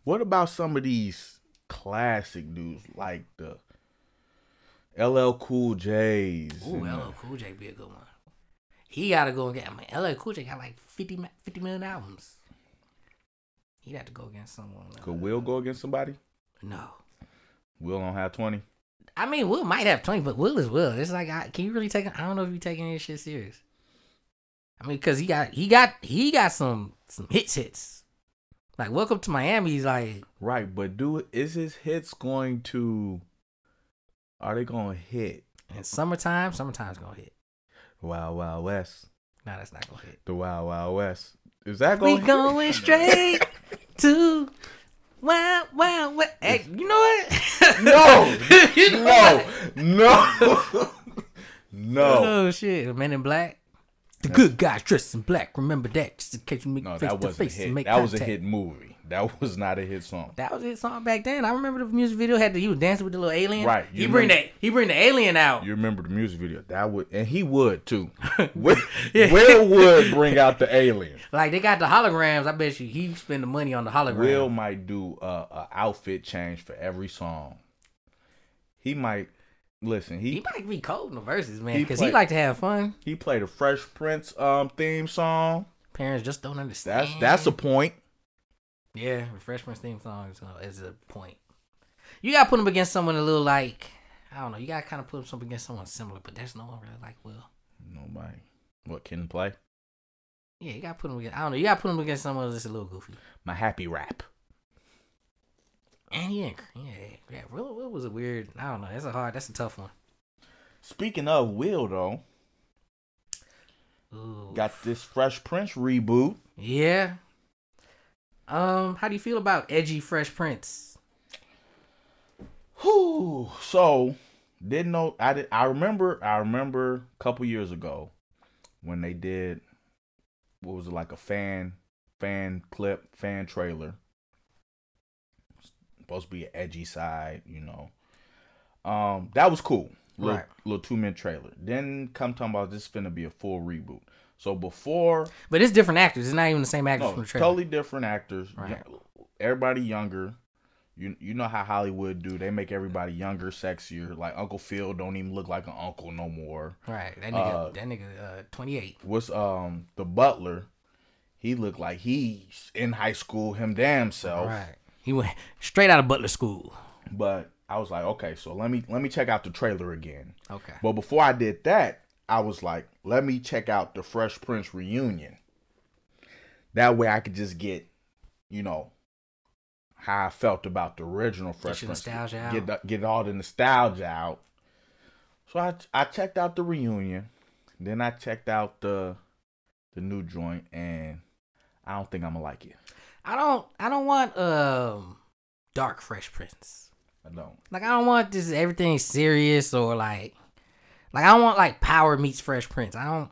Speaker 1: What about some of these classic dudes like the LL Cool J's?
Speaker 2: Ooh,
Speaker 1: and the-
Speaker 2: LL Cool J be a good one. He gotta go again. I mean, LL Cool J got like 50, mi- 50 million albums. He'd have to go against someone. uh,
Speaker 1: Could Will go against somebody?
Speaker 2: No.
Speaker 1: Will don't have twenty.
Speaker 2: I mean, Will might have 20, but Will is Will. It's like, I, can you really take? I don't know if you're taking this shit serious. I mean, cause he got he got he got some some hits hits. Like Welcome to Miami. He's like,
Speaker 1: Right, but do is his hits going to? Are they gonna hit?
Speaker 2: in summertime, summertime's gonna hit.
Speaker 1: Wild Wild West,
Speaker 2: No, that's not gonna hit.
Speaker 1: the Wild Wild West. Is that
Speaker 2: We
Speaker 1: going?
Speaker 2: going straight to wow wow. wow. Hey, you know what?
Speaker 1: No,
Speaker 2: *laughs* You know
Speaker 1: no,
Speaker 2: what?
Speaker 1: no, *laughs* no.
Speaker 2: Oh shit, Men in Black. The good guys dressed in black. Remember that, just in case you make
Speaker 1: No, that
Speaker 2: face to
Speaker 1: wasn't a
Speaker 2: face and
Speaker 1: hit.
Speaker 2: make
Speaker 1: That was a
Speaker 2: contact.
Speaker 1: hit movie. That *laughs* was not a hit song.
Speaker 2: That was his song back then. I remember the music video had the, he was dancing with the little alien.
Speaker 1: Right,
Speaker 2: He
Speaker 1: you
Speaker 2: bring
Speaker 1: remember-
Speaker 2: that he bring the alien out. *laughs*
Speaker 1: You remember the music video? That would, and he would too. *laughs*
Speaker 2: *laughs*
Speaker 1: Will, Will would bring out the alien.
Speaker 2: Like they got the holograms. I bet you he spend the money on the hologram.
Speaker 1: Will might do a, a outfit change for every song. He might listen. He
Speaker 2: He might be cold in the verses, man,
Speaker 1: He
Speaker 2: because
Speaker 1: play-
Speaker 2: he like to have fun.
Speaker 1: He played a Fresh Prince um theme song.
Speaker 2: Parents just don't understand.
Speaker 1: That's that's a point.
Speaker 2: yeah. Refreshments theme song is a, is a point. You gotta put him against someone a little like I don't know. You gotta kind of put him up against someone similar, but there's no one really like Will.
Speaker 1: Nobody. What can play?
Speaker 2: Yeah, you gotta put him against. I don't know. You gotta put him against someone that's a little goofy.
Speaker 1: My happy rap.
Speaker 2: And he ain't. Yeah, yeah. Will, Will was a weird. I don't know. That's a hard. That's a tough one.
Speaker 1: Speaking of Will though,
Speaker 2: Ooh.
Speaker 1: got this Fresh Prince reboot.
Speaker 2: Yeah. Um, how do you feel about edgy Fresh Prince?
Speaker 1: Whew. So didn't know I did I remember I remember a couple years ago when they did what was it like a fan fan clip, fan trailer. Supposed to be an edgy side, you know. Um, that was cool. Little,
Speaker 2: Right.
Speaker 1: little two minute trailer. Then come talking about this finna be a full reboot. So before
Speaker 2: But it's different actors. It's not even the same actors
Speaker 1: no,
Speaker 2: from the trailer.
Speaker 1: totally different actors.
Speaker 2: Right.
Speaker 1: Yo- Everybody younger. You you know how Hollywood do. They make everybody younger, sexier. Like Uncle Phil don't even look like an uncle no more.
Speaker 2: Right. That nigga.
Speaker 1: Uh,
Speaker 2: that nigga. Uh, twenty eight.
Speaker 1: What's um the butler? He looked like he's in high school him damn self.
Speaker 2: Right. He went straight out of Butler School.
Speaker 1: But I was like, okay, so let me let me check out the trailer again.
Speaker 2: Okay.
Speaker 1: But before I did that, I was like, let me check out the Fresh Prince reunion. That way I could just get, you know, how I felt about the original Fresh
Speaker 2: your
Speaker 1: Prince.
Speaker 2: nostalgia out.
Speaker 1: get the- get all the nostalgia out. So I I checked out the reunion, then I checked out the the new joint, and I don't think I'm gonna like it.
Speaker 2: I don't. I don't want um, dark Fresh Prince.
Speaker 1: I don't.
Speaker 2: Like I don't want this everything serious or like, like I don't want like Power meets Fresh Prince. I don't.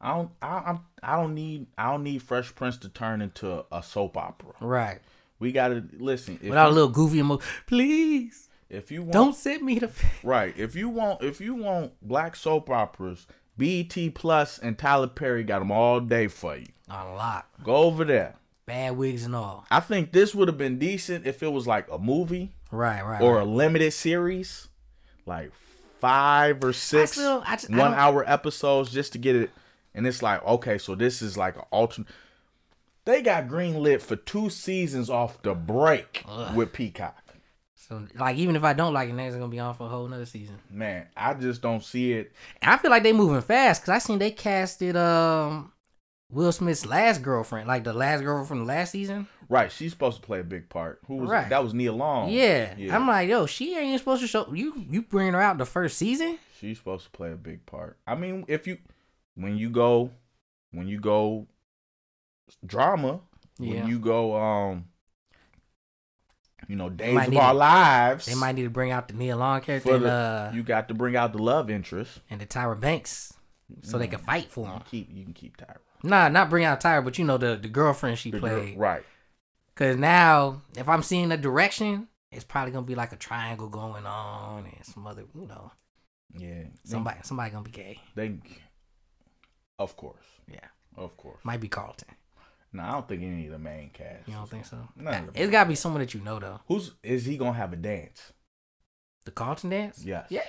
Speaker 1: I don't. I, I'm. I don't need. I don't need Fresh Prince to turn into a soap opera.
Speaker 2: Right.
Speaker 1: We gotta listen. If,
Speaker 2: Without a little goofy emotion. Please
Speaker 1: if you want,
Speaker 2: don't send me the. *laughs*
Speaker 1: right, if you want, if you want black soap operas, BT Plus and Tyler Perry got them all day for you.
Speaker 2: A lot.
Speaker 1: Go over there.
Speaker 2: Bad wigs and all.
Speaker 1: I think this would have been decent if it was like a movie
Speaker 2: Right, right.
Speaker 1: or a limited series, like five or six
Speaker 2: still- I just- I
Speaker 1: one
Speaker 2: don't-
Speaker 1: hour episodes just to get it. And it's like, okay, so this is like an alternate. They got greenlit for two seasons off the break with Peacock.
Speaker 2: so, like, even if I don't like it, now it's going to be on for a whole nother season.
Speaker 1: Man, I just don't see it.
Speaker 2: And I feel like they moving fast because I seen they casted um Will Smith's last girlfriend, like the last girl from the last season.
Speaker 1: Right, she's supposed to play a big part. Who was
Speaker 2: Right.
Speaker 1: that? Was Nia Long?
Speaker 2: yeah.
Speaker 1: Oh, yeah.
Speaker 2: I'm like, yo, she ain't even supposed to show you. You bringing her out the first season?
Speaker 1: She's supposed to play a big part. I mean, if you when you go when you go drama,
Speaker 2: Yeah.
Speaker 1: when you go um you know, days
Speaker 2: might
Speaker 1: of
Speaker 2: need
Speaker 1: our
Speaker 2: to-
Speaker 1: lives,
Speaker 2: They might need to bring out the Neil Long character
Speaker 1: for
Speaker 2: and,
Speaker 1: the-
Speaker 2: uh,
Speaker 1: you got to bring out the love interest.
Speaker 2: and the Tyra Banks so they
Speaker 1: Mm.
Speaker 2: can fight for
Speaker 1: You
Speaker 2: him.
Speaker 1: can keep you can keep Tyra.
Speaker 2: Nah, not bring out Tyra, but you know the the girlfriend she
Speaker 1: The girl-
Speaker 2: played.
Speaker 1: right.
Speaker 2: Cause now, if I'm seeing the direction, it's probably gonna be like a triangle going on and some other, you know,
Speaker 1: Yeah.
Speaker 2: somebody somebody gonna be gay.
Speaker 1: They, they Of course.
Speaker 2: Yeah.
Speaker 1: Of course.
Speaker 2: Might be Carlton.
Speaker 1: No, I don't think any of the main cast.
Speaker 2: You don't think so? Uh,
Speaker 1: None of them.
Speaker 2: It's gotta be someone that you know though.
Speaker 1: Who's is he gonna have a dance?
Speaker 2: The Carlton dance?
Speaker 1: Yes.
Speaker 2: Yeah.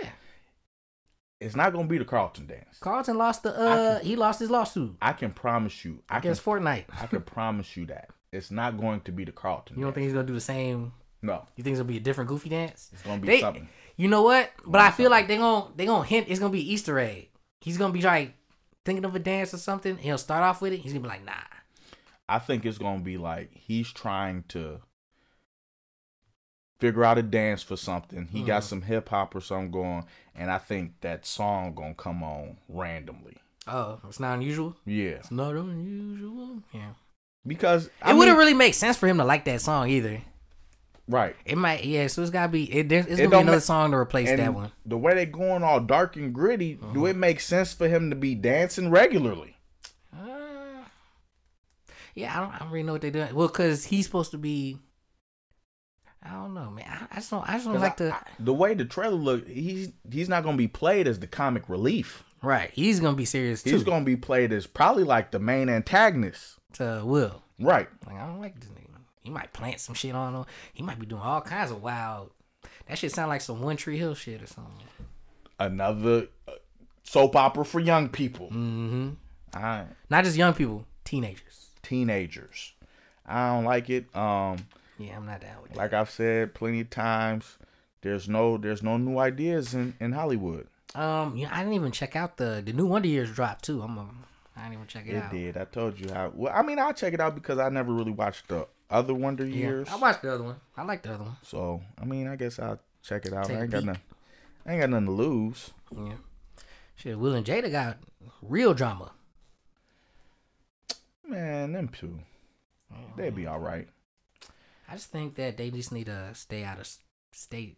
Speaker 1: It's not gonna be the Carlton dance.
Speaker 2: Carlton lost the uh he lost his lawsuit
Speaker 1: I can promise you. I can
Speaker 2: against Fortnite.
Speaker 1: I
Speaker 2: *laughs*
Speaker 1: can promise you that it's not going to be the Carlton.
Speaker 2: You don't think
Speaker 1: dance.
Speaker 2: he's gonna do the same
Speaker 1: No,
Speaker 2: you think it's gonna be a different goofy dance?
Speaker 1: it's gonna be
Speaker 2: They-
Speaker 1: something.
Speaker 2: You know what? But
Speaker 1: Gonna
Speaker 2: I
Speaker 1: be
Speaker 2: feel
Speaker 1: something.
Speaker 2: like they gon' they gonna hint it's gonna be Easter egg. He's gonna be like thinking of a dance or something. He'll start off with it. He's gonna be like, nah.
Speaker 1: I think it's gonna be like he's trying to figure out a dance for something. He got
Speaker 2: Mhm.
Speaker 1: some hip hop or something going, and I think that song gonna come on randomly.
Speaker 2: Oh, it's not unusual.
Speaker 1: Yeah,
Speaker 2: It's not unusual. Yeah.
Speaker 1: because
Speaker 2: it wouldn't
Speaker 1: mean-
Speaker 2: really make sense for him to like that song either.
Speaker 1: right.
Speaker 2: It might, yeah. So it's gotta be. It, there's it's
Speaker 1: It
Speaker 2: gonna be
Speaker 1: don't
Speaker 2: another
Speaker 1: ma-
Speaker 2: song to replace
Speaker 1: And
Speaker 2: that one. Uh-huh.
Speaker 1: the way they going all dark and gritty, do it make sense for him to be dancing regularly?
Speaker 2: Uh, yeah, I don't, I don't really know what they're doing. Well, because he's supposed to be. I don't know, man. I, I just don't. I just don't
Speaker 1: 'Cause
Speaker 2: like
Speaker 1: I-
Speaker 2: the.
Speaker 1: I- the way the trailer look, he's he's not gonna be played as the comic relief.
Speaker 2: right, he's gonna be serious too.
Speaker 1: He's gonna be played as probably like the main antagonist.
Speaker 2: to Will,
Speaker 1: Right.
Speaker 2: like I don't like this nigga. He might plant some shit on him. He might be doing all kinds of wild. That shit sound like some One Tree Hill shit or something.
Speaker 1: Another uh, soap opera for young people.
Speaker 2: Mm-hmm.
Speaker 1: I
Speaker 2: Not just young people, teenagers.
Speaker 1: teenagers. I don't like it. Um,
Speaker 2: Yeah, I'm not down with that.
Speaker 1: like I've said plenty of times, there's no there's no new ideas in, in Hollywood.
Speaker 2: Um, yeah, I didn't even check out the the new Wonder Years drop too. I'm a, I didn't even check it,
Speaker 1: It
Speaker 2: out.
Speaker 1: did. I told you how. Well, I mean, I'll check it out because I never really watched the other Wonder
Speaker 2: Yeah,
Speaker 1: Years.
Speaker 2: I watched the other one. I like the other one.
Speaker 1: So I mean, I guess I'll check it out.
Speaker 2: Take a
Speaker 1: I ain't got
Speaker 2: peek.
Speaker 1: nothing. I ain't got nothing to lose.
Speaker 2: Yeah. Mm-hmm. Shit, Will and Jada got real drama.
Speaker 1: Man, them two, they'd
Speaker 2: Uh-huh.
Speaker 1: be all right.
Speaker 2: I just think that they just need to stay out of s- state.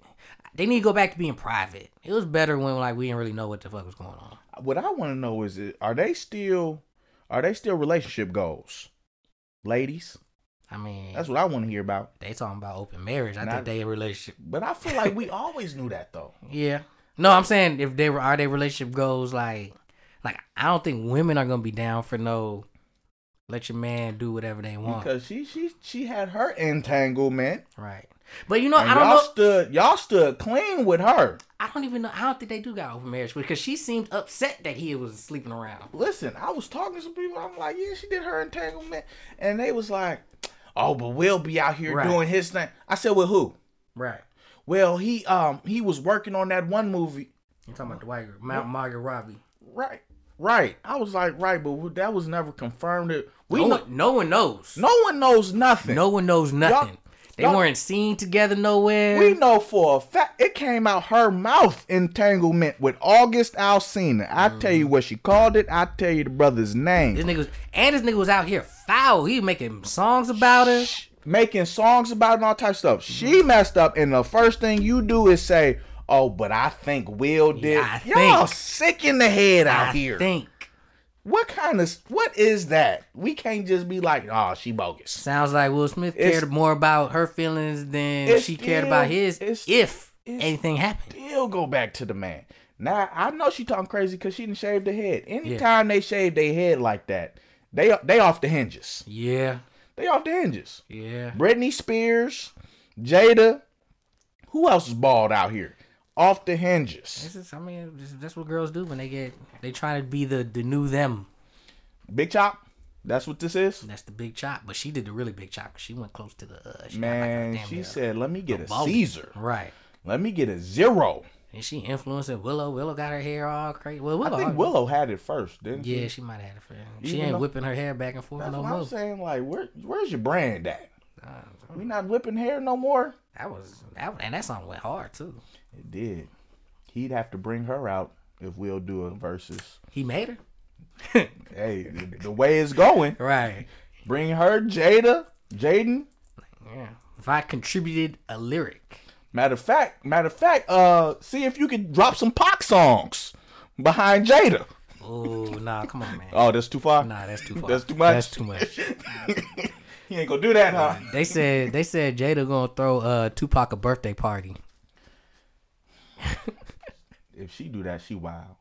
Speaker 2: They need to go back to being private. It was better when like we didn't really know what the fuck was going on.
Speaker 1: What I want to know is, i- are they still, are they still relationship goals, ladies?
Speaker 2: I mean,
Speaker 1: That's what I want to hear about.
Speaker 2: they talking about open marriage. I
Speaker 1: Not-
Speaker 2: think they a relationship.
Speaker 1: But I feel
Speaker 2: *laughs*
Speaker 1: like we always knew that though.
Speaker 2: Yeah. No, I'm saying if they were are their relationship goals like like I don't think women are gonna be down for no let your man do whatever they want.
Speaker 1: Because she she she had her entanglement.
Speaker 2: right. But you know,
Speaker 1: and
Speaker 2: I don't
Speaker 1: y'all
Speaker 2: know.
Speaker 1: stood y'all stood clean with her.
Speaker 2: I don't even know. I don't think they do got open marriage because she seemed upset that he was sleeping around.
Speaker 1: Listen, I was talking to some people. I'm like, yeah, she did her entanglement, and they was like, oh, but Will be out here
Speaker 2: Right.
Speaker 1: doing his thing. I said, well, who?
Speaker 2: Right.
Speaker 1: Well, he um he was working on that one movie.
Speaker 2: You talking about the white girl, Mount Margaret Robbie?
Speaker 1: Right, right. I was like, right, but that was never confirmed. It we
Speaker 2: no,
Speaker 1: know,
Speaker 2: one, no one knows.
Speaker 1: no one knows nothing.
Speaker 2: no one knows nothing. they
Speaker 1: y'all-
Speaker 2: weren't seen together nowhere.
Speaker 1: We know for a fact it came out her mouth entanglement with August Alsina. I tell
Speaker 2: Mm.
Speaker 1: you what she called it. I tell you the brother's
Speaker 2: this
Speaker 1: name.
Speaker 2: nigga was, and this nigga was out here foul. He making songs about her.
Speaker 1: Sh- Making songs about it and all types of stuff.
Speaker 2: Mm.
Speaker 1: She messed up, and the first thing you do is say, "Oh, but I think Will did."
Speaker 2: I
Speaker 1: Y'all
Speaker 2: think.
Speaker 1: sick in the head out
Speaker 2: I
Speaker 1: here.
Speaker 2: think
Speaker 1: What kind of what is that? We can't just be like, oh, she bogus.
Speaker 2: Sounds like Will Smith
Speaker 1: It's-
Speaker 2: cared more about her feelings than
Speaker 1: It's
Speaker 2: she cared about
Speaker 1: still-
Speaker 2: his.
Speaker 1: it's-
Speaker 2: if
Speaker 1: it's-
Speaker 2: anything happened,
Speaker 1: Still go back to the man. Now I know she talking crazy because she didn't shave the head. Anytime they shave their head like that, they they off the hinges.
Speaker 2: yeah,
Speaker 1: They off the hinges.
Speaker 2: yeah,
Speaker 1: Britney Spears, Jada, who else is bald out here? Off the hinges.
Speaker 2: This is, I mean, this, that's what girls do when they get they try to be the the new them.
Speaker 1: Big Chop. That's what this is.
Speaker 2: That's the big chop, but she did the really big chop. 'cause She went close to the uh, she got like a
Speaker 1: Man,
Speaker 2: damn
Speaker 1: she
Speaker 2: near-
Speaker 1: said, "Let me get a
Speaker 2: bald.
Speaker 1: Caesar.
Speaker 2: right,
Speaker 1: Let me get a zero.
Speaker 2: and she influencing Willow. Willow got her hair all crazy. Well,
Speaker 1: I
Speaker 2: Willow,
Speaker 1: think Willow had it first, didn't she?
Speaker 2: yeah, she might have had it for. She
Speaker 1: Even
Speaker 2: ain't
Speaker 1: though-
Speaker 2: whipping her hair back and forth
Speaker 1: That's
Speaker 2: no
Speaker 1: what
Speaker 2: more.
Speaker 1: I'm saying. Like, where where's your brand at?
Speaker 2: Uh,
Speaker 1: We not whipping hair no more.
Speaker 2: that was that, and that song went hard too.
Speaker 1: It did. He'd have to bring her out if we'll do a versus.
Speaker 2: He made her
Speaker 1: Hey, the- the way it's going,
Speaker 2: right.
Speaker 1: bring her Jada, Jaden.
Speaker 2: Yeah. If I contributed a lyric,
Speaker 1: Matter of fact, matter of fact, uh, see if you could drop some Pac songs behind Jada.
Speaker 2: oh nah, come on, man.
Speaker 1: *laughs* Oh, that's too far.
Speaker 2: Nah, that's too far.
Speaker 1: That's too much.
Speaker 2: That's too much.
Speaker 1: *laughs* He ain't gonna do that, huh?
Speaker 2: They said they said Jada gonna throw uh Tupac a birthday party.
Speaker 1: If she do that, she wild.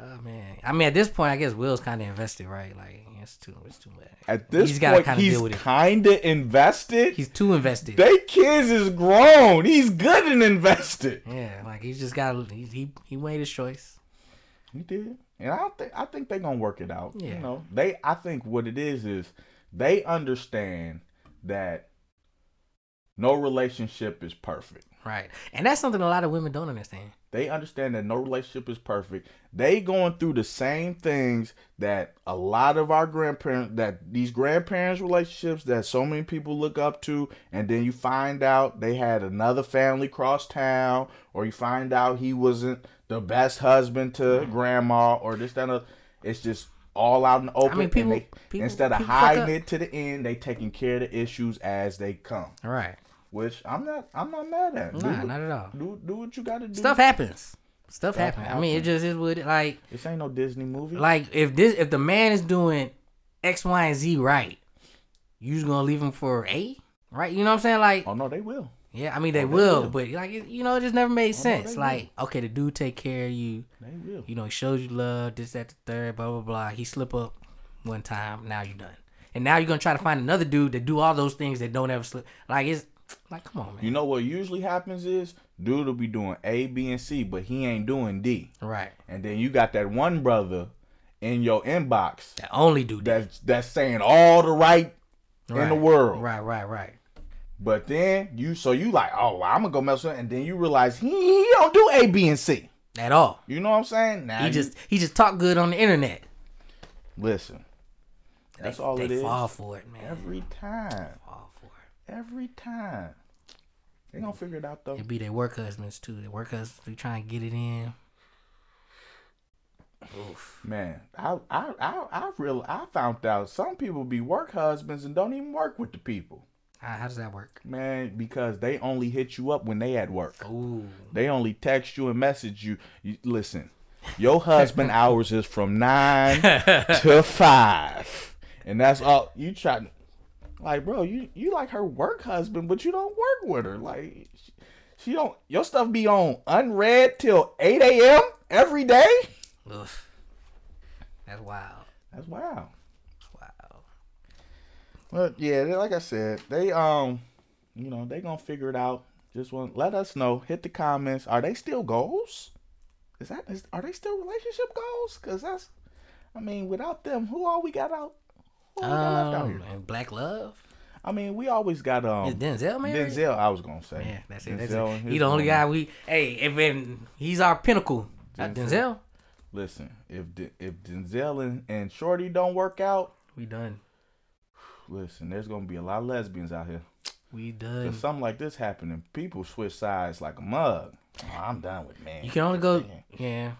Speaker 2: Oh man. I mean at this point I guess Will's kinda invested, right? Like it's too it's too much.
Speaker 1: At this
Speaker 2: He's gotta
Speaker 1: point,
Speaker 2: kinda
Speaker 1: he's
Speaker 2: deal with it.
Speaker 1: kinda invested.
Speaker 2: He's too invested.
Speaker 1: they kids is grown. He's good and invested.
Speaker 2: yeah, like he's just got he, he he made his choice.
Speaker 1: He did, and I don't think I think they gonna work it out. You
Speaker 2: Yeah.
Speaker 1: know, they I think what it is is they understand that no relationship is perfect.
Speaker 2: Right. And that's something a lot of women don't understand.
Speaker 1: They understand that no relationship is perfect. They going through the same things that a lot of our grandparents, that these grandparents' relationships that so many people look up to, and then you find out they had another family cross town, or you find out he wasn't the best husband to grandma, or this that. And other. It's just all out in the open. and
Speaker 2: people-
Speaker 1: they-
Speaker 2: people-
Speaker 1: instead of
Speaker 2: people fuck up.
Speaker 1: hiding it to the end, they taking care of the issues as they come.
Speaker 2: Right.
Speaker 1: Which I'm not. I'm not mad at. do,
Speaker 2: Nah,
Speaker 1: what-
Speaker 2: not at all.
Speaker 1: do, do what you got to do.
Speaker 2: Stuff happens. Stuff happens. I mean it just is what it like
Speaker 1: This ain't no Disney movie.
Speaker 2: like if this if the man is doing X, Y, and Z right, you just gonna leave him for A? Right? You know what I'm saying? Like
Speaker 1: oh no, they will.
Speaker 2: Yeah, I mean they,
Speaker 1: they
Speaker 2: will,
Speaker 1: will. Oh,
Speaker 2: but like it- you know, it just never made sense.
Speaker 1: will.
Speaker 2: Like, okay, the dude take care of you.
Speaker 1: They will.
Speaker 2: You know, he shows you love. This, that, the third, blah, blah, blah. He slip up one time. Now you done, and now you're gonna try to find another dude that do all those things that don't ever slip. Like it's like, come on, man.
Speaker 1: You know what usually happens is dude will be doing A, B, and C, but he ain't doing D.
Speaker 2: right?
Speaker 1: And then you got that one brother in your inbox
Speaker 2: That only do that.
Speaker 1: that's that's saying all the right, in
Speaker 2: Right.
Speaker 1: the world.
Speaker 2: Right, right, right.
Speaker 1: But then you so you like, oh well, I'm gonna go mess with him. and then you realize he he don't do A, B, and C.
Speaker 2: At all.
Speaker 1: You know what I'm saying? Now
Speaker 2: He
Speaker 1: you-
Speaker 2: just he just talk good on the internet.
Speaker 1: listen. That's all
Speaker 2: they
Speaker 1: it is.
Speaker 2: fall for it, man.
Speaker 1: Every time.
Speaker 2: Fall for it.
Speaker 1: Every time. They gonna figure it out though.
Speaker 2: It be their work husbands too. Their work husbands be trying to get it in. Oof.
Speaker 1: Man, I I I I real I found out some people be work husbands and don't even work with the people.
Speaker 2: How, how does that work?
Speaker 1: Man, because they only hit you up when they at work.
Speaker 2: Ooh.
Speaker 1: They only text you and message you. you listen, your husband hours is from nine to five, and that's all you try. to- Like, bro, you you like her work husband, but you don't work with her. Like, she, she don't. Your stuff be on unread till eight a.m. every day.
Speaker 2: Oof. That's wild.
Speaker 1: That's wow.
Speaker 2: Wow.
Speaker 1: But yeah, they- like I said, they um, you know, they gonna figure it out. Just want let us know. Hit the comments. Are they still goals? Is that is are they still relationship goals? Cause that's, I mean, without them, who all we got out? Who all we got left out
Speaker 2: Um,
Speaker 1: here?
Speaker 2: and Black Love
Speaker 1: I mean, we always got um
Speaker 2: is Denzel married.
Speaker 1: Denzel. I was gonna say.
Speaker 2: Yeah, that's it. That's
Speaker 1: Denzel and
Speaker 2: it.
Speaker 1: his um,
Speaker 2: He the only
Speaker 1: woman.
Speaker 2: guy we. Hey, if and he's our pinnacle. Not
Speaker 1: Denzel.
Speaker 2: Denzel.
Speaker 1: Listen, if De- if Denzel and, and Shorty don't work out,
Speaker 2: We done.
Speaker 1: listen, there's gonna be a lot of lesbians out here.
Speaker 2: We
Speaker 1: If
Speaker 2: done.
Speaker 1: something like this happening, people switch sides like a mug. Oh, I'm done with man.
Speaker 2: You can only go. Yeah.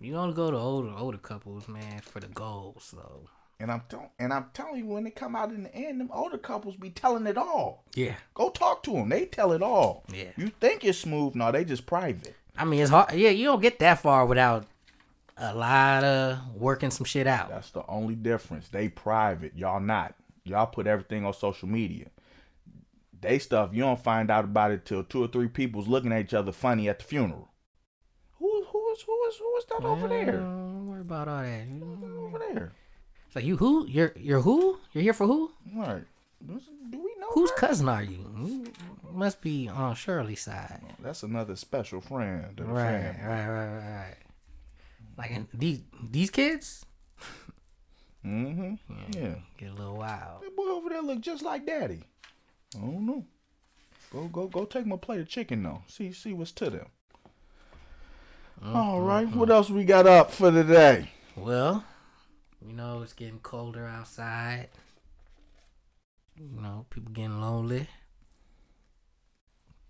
Speaker 2: You can only go to older older couples, man, for the goals. So
Speaker 1: And I'm telling and I'm telling you, when they come out in the end, them older couples be telling it all.
Speaker 2: yeah.
Speaker 1: Go talk to them. They tell it all.
Speaker 2: Yeah.
Speaker 1: You think it's smooth? No, they just private.
Speaker 2: I mean, it's hard. Yeah, you don't get that far without a lot of working some shit out.
Speaker 1: That's the only difference. They private, y'all not. Y'all put everything on social media. They stuff you don't find out about it till two or three people's looking at each other funny at the funeral. Who who is who is who is that over
Speaker 2: Yeah,
Speaker 1: there?
Speaker 2: Don't worry about all that.
Speaker 1: Over there.
Speaker 2: It's like you who? You're you're who? You're here for who?
Speaker 1: All right. This- Do we know
Speaker 2: Whose
Speaker 1: her?
Speaker 2: cousin are you? You must be on Shirley's side.
Speaker 1: That's another special friend. Of the
Speaker 2: Right,
Speaker 1: family.
Speaker 2: right, right, right, right. Like and these these kids
Speaker 1: Mm-hmm. yeah.
Speaker 2: get a little wild.
Speaker 1: That boy over there look just like daddy. I don't know. Go go go take my plate of chicken though. See see what's to them. All right, what else we got up for today?
Speaker 2: Well, you know it's getting colder outside. You know people getting lonely.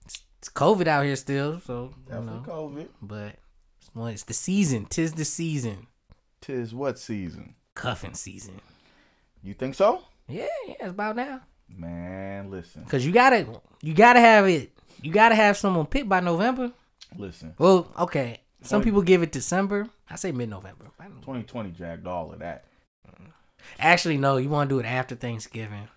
Speaker 2: It's, it's COVID out here still, so you know.
Speaker 1: After COVID.
Speaker 2: But it's, well, it's the season. Tis the season.
Speaker 1: Tis what season?
Speaker 2: Cuffing season.
Speaker 1: You think so?
Speaker 2: Yeah, yeah, it's about now.
Speaker 1: Man, listen.
Speaker 2: Cause you gotta, you gotta have it. You gotta have someone picked by November.
Speaker 1: Listen.
Speaker 2: Well, okay. Some
Speaker 1: Twenty-
Speaker 2: people give it December. I say mid-November.
Speaker 1: 2020 jagged all of that.
Speaker 2: Actually, no. You want to do it after Thanksgiving,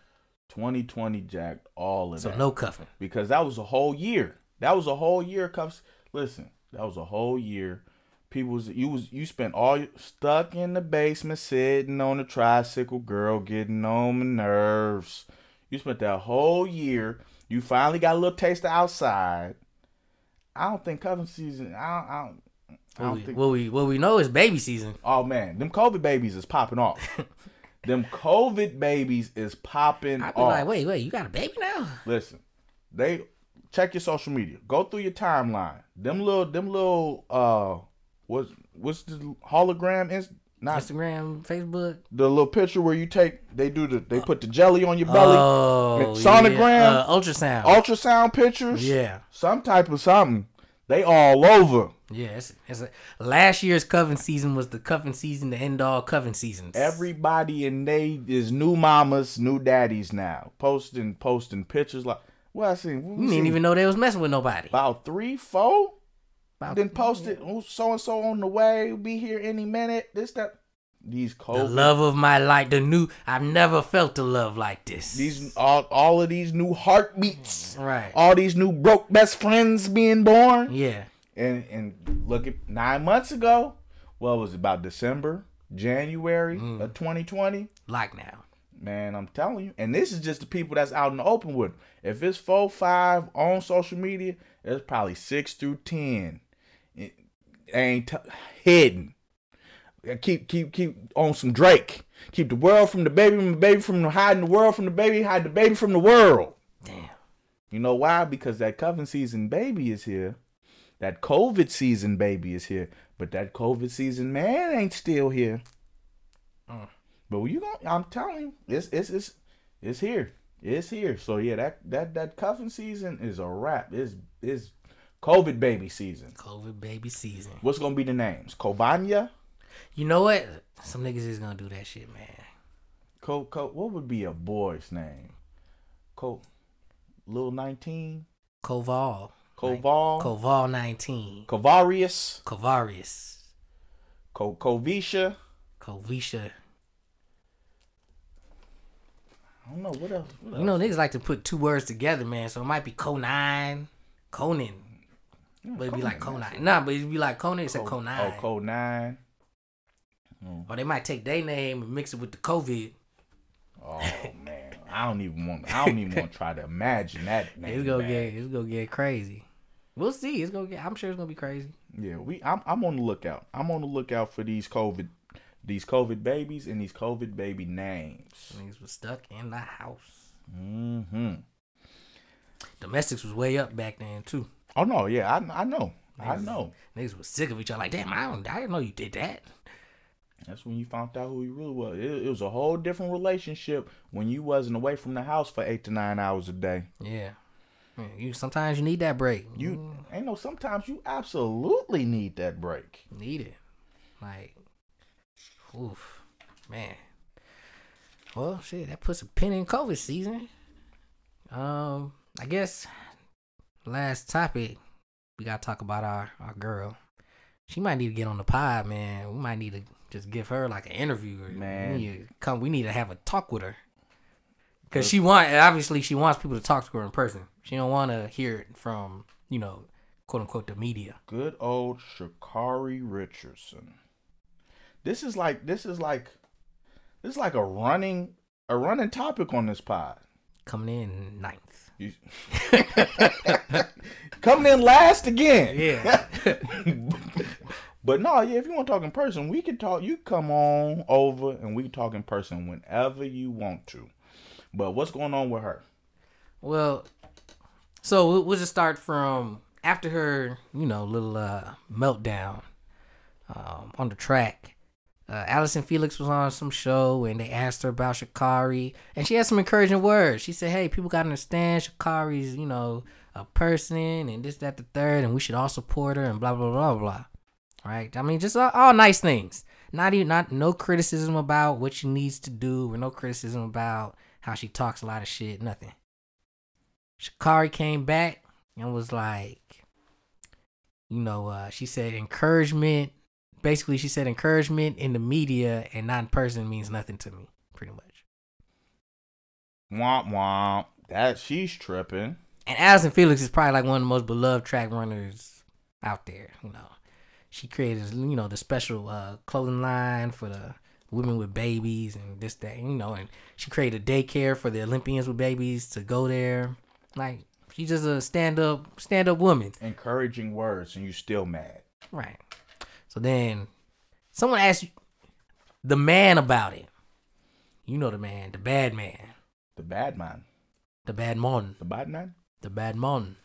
Speaker 1: 2020 jagged all of
Speaker 2: so
Speaker 1: that.
Speaker 2: no cuffing.
Speaker 1: because that was a whole year. That was a whole year. Cuffs. Listen, that was a whole year. People was you was you spent all your- stuck in the basement, sitting on a tricycle, girl, getting on my nerves. You spent that whole year. You finally got a little taste of outside. I don't think cuffing season. I don't. I don't I
Speaker 2: What
Speaker 1: don't
Speaker 2: we,
Speaker 1: think.
Speaker 2: what we what we know is baby season.
Speaker 1: Oh man, them COVID babies is popping
Speaker 2: *laughs*
Speaker 1: off. them COVID babies is popping
Speaker 2: I'd
Speaker 1: off.
Speaker 2: be like, wait, wait, you got a baby now?
Speaker 1: Listen, they check your social media. Go through your timeline. Them little, them little, uh, what's what's the hologram? Is not
Speaker 2: Instagram, Facebook,
Speaker 1: the little picture where you take. They do the. They put the jelly on your belly.
Speaker 2: oh,
Speaker 1: Sonogram?
Speaker 2: yeah, uh, ultrasound.
Speaker 1: ultrasound pictures.
Speaker 2: yeah,
Speaker 1: Some type of something. They all over.
Speaker 2: yeah. It's, it's a, last year's cuffing season was the cuffing season, the end all cuffing seasons.
Speaker 1: Everybody in they is new mamas, new daddies now. Posting, posting pictures like. Well, I seen. what we
Speaker 2: you didn't
Speaker 1: seen?
Speaker 2: even know they was messing with nobody.
Speaker 1: about three, four.
Speaker 2: About-
Speaker 1: then post it. So and so on the way. Be here any minute. This that. These
Speaker 2: The
Speaker 1: COVID.
Speaker 2: love of my life, the new. I've never felt the love like this.
Speaker 1: These all, all of these new heartbeats.
Speaker 2: Mm, right. Mm.
Speaker 1: All these new broke best friends being born.
Speaker 2: yeah.
Speaker 1: And and look at nine months ago. What was it, about December, January
Speaker 2: Mm.
Speaker 1: of 2020?
Speaker 2: Like now.
Speaker 1: Man, I'm telling you. And this is just the people that's out in the open with. 'em. If it's four, five on social media, it's probably six through ten. It ain't t- hidden. Yeah, Keep keep keep on some Drake. Keep the world from the baby, from the baby from the hiding the world from the baby, hide the baby from the world.
Speaker 2: Damn.
Speaker 1: You know why? Because that coven season baby is here. That COVID season baby is here. But that COVID season man ain't still here.
Speaker 2: Mm.
Speaker 1: But you going I'm telling you, it's it's it's it's here. It's here. So yeah, that that that cuffing season is a wrap. It's it's COVID baby season.
Speaker 2: COVID baby season.
Speaker 1: What's gonna be the names? Covania?
Speaker 2: You know what? Some niggas is gonna do that shit, man.
Speaker 1: Co co what would be a boy's name? Co Lil Nineteen?
Speaker 2: Koval.
Speaker 1: Koval?
Speaker 2: Koval 19.
Speaker 1: Kovarius?
Speaker 2: Kovarius.
Speaker 1: Co Covisha?
Speaker 2: Kovisha.
Speaker 1: I don't know what else. What
Speaker 2: You know, niggas like to put two words together, man. So it might be Conine. Conan. But it'd be like Conine. Nah, but it'd be like Conan. It's a
Speaker 1: Co-
Speaker 2: Conine.
Speaker 1: Oh, Code Nine.
Speaker 2: Or they might take their name and mix it with the COVID.
Speaker 1: Oh man, I don't even want. I don't even want to try to imagine that name.
Speaker 2: It's gonna
Speaker 1: man.
Speaker 2: get it's gonna get crazy. We'll see. It's gonna get. I'm sure it's gonna be crazy.
Speaker 1: Yeah, we. I'm. I'm on the lookout. I'm on the lookout for these COVID, these COVID babies and these COVID baby names.
Speaker 2: Niggas was stuck in the house.
Speaker 1: Mm-hmm.
Speaker 2: Domestics was way up back then too.
Speaker 1: Oh no, yeah, I. I know. I know.
Speaker 2: Niggas was sick of each other. Like, damn, I don't, I didn't know you did that.
Speaker 1: That's when you found out who you really was. It, it was a whole different relationship when you wasn't away from the house for eight to nine hours a day.
Speaker 2: Yeah. Man, You sometimes you need that break. Mm. You
Speaker 1: You ain't no. Sometimes you absolutely need that break.
Speaker 2: need it. Like, oof, man. Well, shit, that puts a pin in COVID season. Um, I guess last topic we gotta talk about our our girl, She might need to get on the pod, man. We might need to just give her like an interview. Or
Speaker 1: Man.
Speaker 2: We need to come. We need to have a talk with her. Cause she want obviously she wants people to talk to her in person. She don't want to hear it from you know quote unquote the media.
Speaker 1: Good old Shakari Richardson. This is like this is like this is like a running a running topic on this pod.
Speaker 2: Coming in ninth.
Speaker 1: You- *laughs* Coming in last again.
Speaker 2: Yeah.
Speaker 1: but no, yeah, if you want to talk in person, we can talk. You come on over and we can talk in person whenever you want to. But what's going on with her?
Speaker 2: Well, so we'll- we'll just start from after her, you know, little uh, meltdown um, on the track. Uh, Allison Felix was on some show and they asked her about Shakari, and she had some encouraging words. She said, "Hey, people gotta understand Shakari's, you know, a person and this, that, the third, and we should all support her and blah blah blah blah." All right, I mean, just all, all nice things. Not even not no criticism about what she needs to do, or no criticism about how she talks a lot of shit. Nothing. Shakari came back and was like, you know, uh, she said encouragement. Basically, she said encouragement in the media and not in person means nothing to me, pretty much.
Speaker 1: Womp womp. That she's tripping.
Speaker 2: And Allison Felix is probably like one of the most beloved track runners out there. You know, she created, you know, the special uh, clothing line for the women with babies and this, that, you know, and she created a daycare for the Olympians with babies to go there. Like, she's just a stand up, stand up woman.
Speaker 1: Encouraging words, and you still mad.
Speaker 2: Right. So then someone asked the man about it. You know the man, the bad man,
Speaker 1: The bad man.
Speaker 2: the bad mon,
Speaker 1: The bad man?
Speaker 2: the bad mon,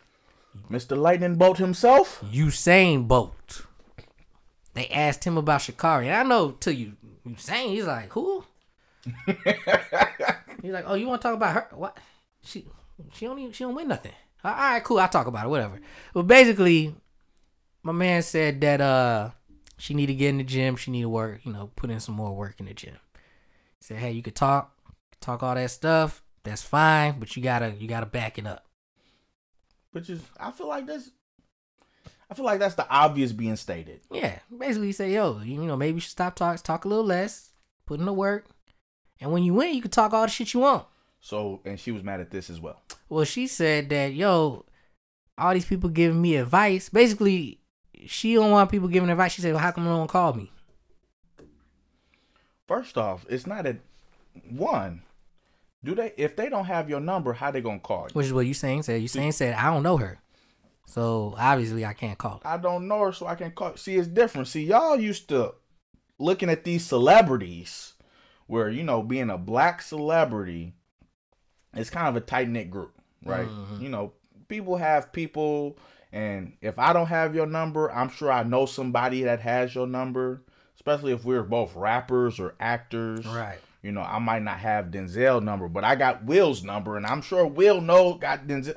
Speaker 1: Mr. Lightning Bolt himself?
Speaker 2: Usain Bolt. They asked him about Shakari. And I know to you, Usain, he's like, who? he's like, oh, you want to talk about her? What? She she don't even, she don't win nothing. All right, cool. I'll talk about it. Whatever. But basically, my man said that uh she need to get in the gym. She need to work. You know, put in some more work in the gym. He said, hey, you could talk, talk all that stuff. That's fine, but you gotta you gotta back it up.
Speaker 1: Which is, I feel like that's, I feel like that's the obvious being stated.
Speaker 2: Yeah, basically he said, yo, you know, maybe you should stop talks, talk a little less, put in the work, and when you win, you can talk all the shit you want.
Speaker 1: So, and she was mad at this as well.
Speaker 2: Well, she said that, yo, all these people giving me advice. Basically, she don't want people giving advice. She said, well, how come no one called me?
Speaker 1: First off, it's not a one. Do they? If they don't have your number, how they gonna call you?
Speaker 2: Which is what you saying said. You saying said, I don't know her. So obviously I can't call her.
Speaker 1: I don't know her, so I can call. See, it's different. See, y'all used to looking at these celebrities, where you know, being a black celebrity, it's kind of a tight knit group, right? You know, people have people, and if I don't have your number, I'm sure I know somebody that has your number. Especially if we're both rappers or actors,
Speaker 2: Right.
Speaker 1: You know, I might not have Denzel number, but I got Will's number, and I'm sure Will know got Denzel.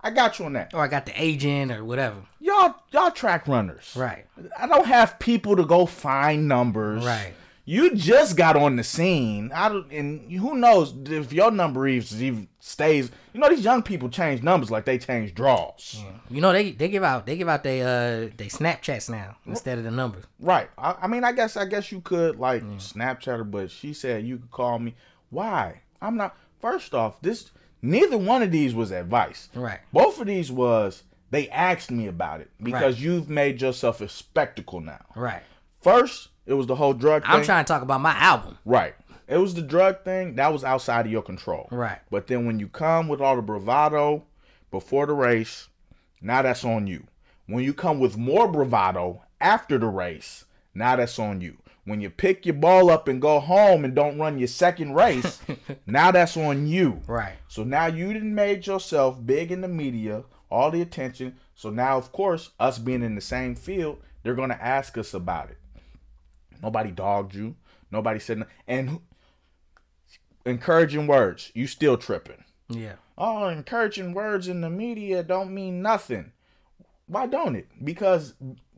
Speaker 1: I got you on that.
Speaker 2: Or I got the agent or whatever.
Speaker 1: Y'all, y'all track runners,
Speaker 2: Right.
Speaker 1: I don't have people to go find numbers.
Speaker 2: Right.
Speaker 1: You just got on the scene. I don't, and who knows if your number even even stays. You know these young people change numbers like they change draws.
Speaker 2: You know, they they give out they give out they uh they Snapchats now instead of the numbers.
Speaker 1: Right. I, I mean, I guess I guess you could like Snapchat her, but she said you could call me. Why? I'm not. First off, this neither one of these was advice.
Speaker 2: Right.
Speaker 1: Both of these was they asked me about it because you've made yourself a spectacle now.
Speaker 2: Right.
Speaker 1: First, it was the whole drug.
Speaker 2: I'm
Speaker 1: thing.
Speaker 2: trying to talk about my album.
Speaker 1: Right. It was the drug thing that was outside of your control.
Speaker 2: Right.
Speaker 1: But then when you come with all the bravado before the race, now that's on you. When you come with more bravado after the race, now that's on you. When you pick your ball up and go home and don't run your second race, now that's on you.
Speaker 2: Right.
Speaker 1: So now you didn't made yourself big in the media, all the attention. So now, of course, us being in the same field, they're gonna ask us about it. Nobody dogged you. Nobody said no- and who- encouraging words. You still tripping.
Speaker 2: Yeah.
Speaker 1: Oh, encouraging words in the media don't mean nothing. Why don't it? Because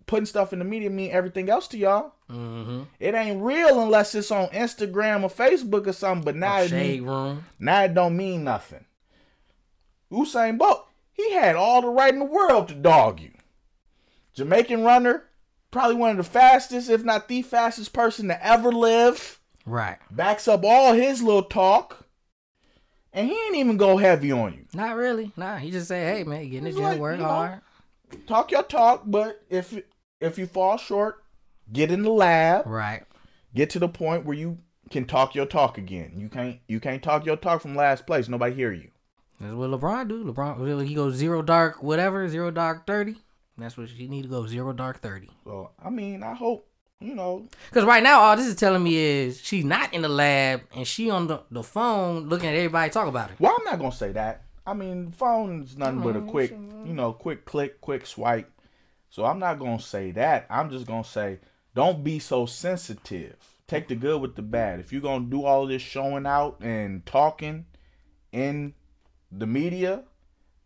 Speaker 1: putting stuff in the media mean everything else to y'all.
Speaker 2: Mm-hmm.
Speaker 1: It ain't real unless it's on Instagram or Facebook or something. But now it mean-
Speaker 2: Shade room.
Speaker 1: now it don't mean nothing. Usain Bolt, he had all the right in the world to dog you. Jamaican runner, probably one of the fastest, if not the fastest person to ever live.
Speaker 2: Right.
Speaker 1: Backs up all his little talk. And he ain't even go heavy on you.
Speaker 2: Not really. Nah, he just say, hey man, get in the
Speaker 1: It's
Speaker 2: gym,
Speaker 1: like,
Speaker 2: work
Speaker 1: you know,
Speaker 2: hard.
Speaker 1: Talk your talk, but if if you fall short, get in the lab.
Speaker 2: Right.
Speaker 1: Get to the point where you can talk your talk again. You can't you can't talk your talk from last place. Nobody hear you.
Speaker 2: That's what LeBron do. LeBron he goes zero dark whatever, zero dark thirty. That's what you need to go zero dark thirty.
Speaker 1: So I mean, I hope you know.
Speaker 2: Cause right now all this is telling me is she's not in the lab and she on the, the phone looking at everybody talk about her.
Speaker 1: Well, I'm not gonna say that. I mean, phone's nothing but a quick, you know, quick click, quick swipe. So I'm not gonna say that. I'm just gonna say, don't be so sensitive. Take the good with the bad. If you're gonna do all this showing out and talking in the media,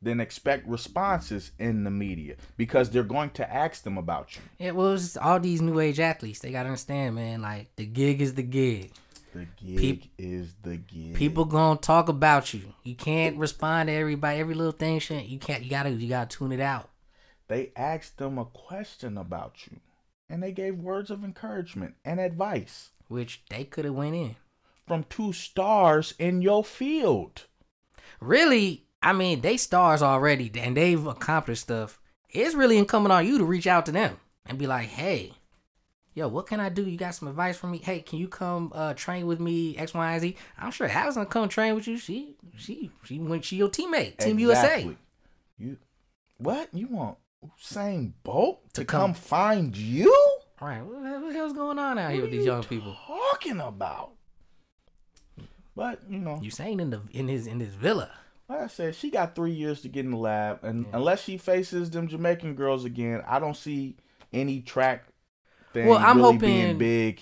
Speaker 1: then expect responses in the media because they're going to ask them about you.
Speaker 2: Yeah, well it's just all these new age athletes, they gotta understand, man, like the gig is the gig.
Speaker 1: The gig
Speaker 2: Peop-
Speaker 1: is the gig.
Speaker 2: People gonna talk about you. You can't respond to everybody, every little thing shit. You can't you gotta you gotta tune it out.
Speaker 1: they asked them a question about you and they gave words of encouragement and advice
Speaker 2: Which they could have went in.
Speaker 1: from two stars in your field
Speaker 2: really, I mean, they stars already and they've accomplished stuff. It's really incumbent on you to reach out to them and be like, hey, yo, what can I do? You got some advice for me? Hey, can you come uh, train with me X, Y, and Z? I'm sure Allison will come train with you. She, she, she went, she your teammate, Team USA.
Speaker 1: Exactly. you what you want Usain Bolt to,
Speaker 2: To
Speaker 1: come.
Speaker 2: come-
Speaker 1: find you
Speaker 2: All right, what, the- what the hell's going on out
Speaker 1: what
Speaker 2: here
Speaker 1: are
Speaker 2: with these
Speaker 1: you
Speaker 2: young people?
Speaker 1: talking about but you know
Speaker 2: You saying in the in his in his villa.
Speaker 1: like i said she got three years to get in the lab and
Speaker 2: Yeah.
Speaker 1: unless she faces them jamaican girls again i don't see any track thing
Speaker 2: Well, I'm
Speaker 1: really being
Speaker 2: hoping-
Speaker 1: big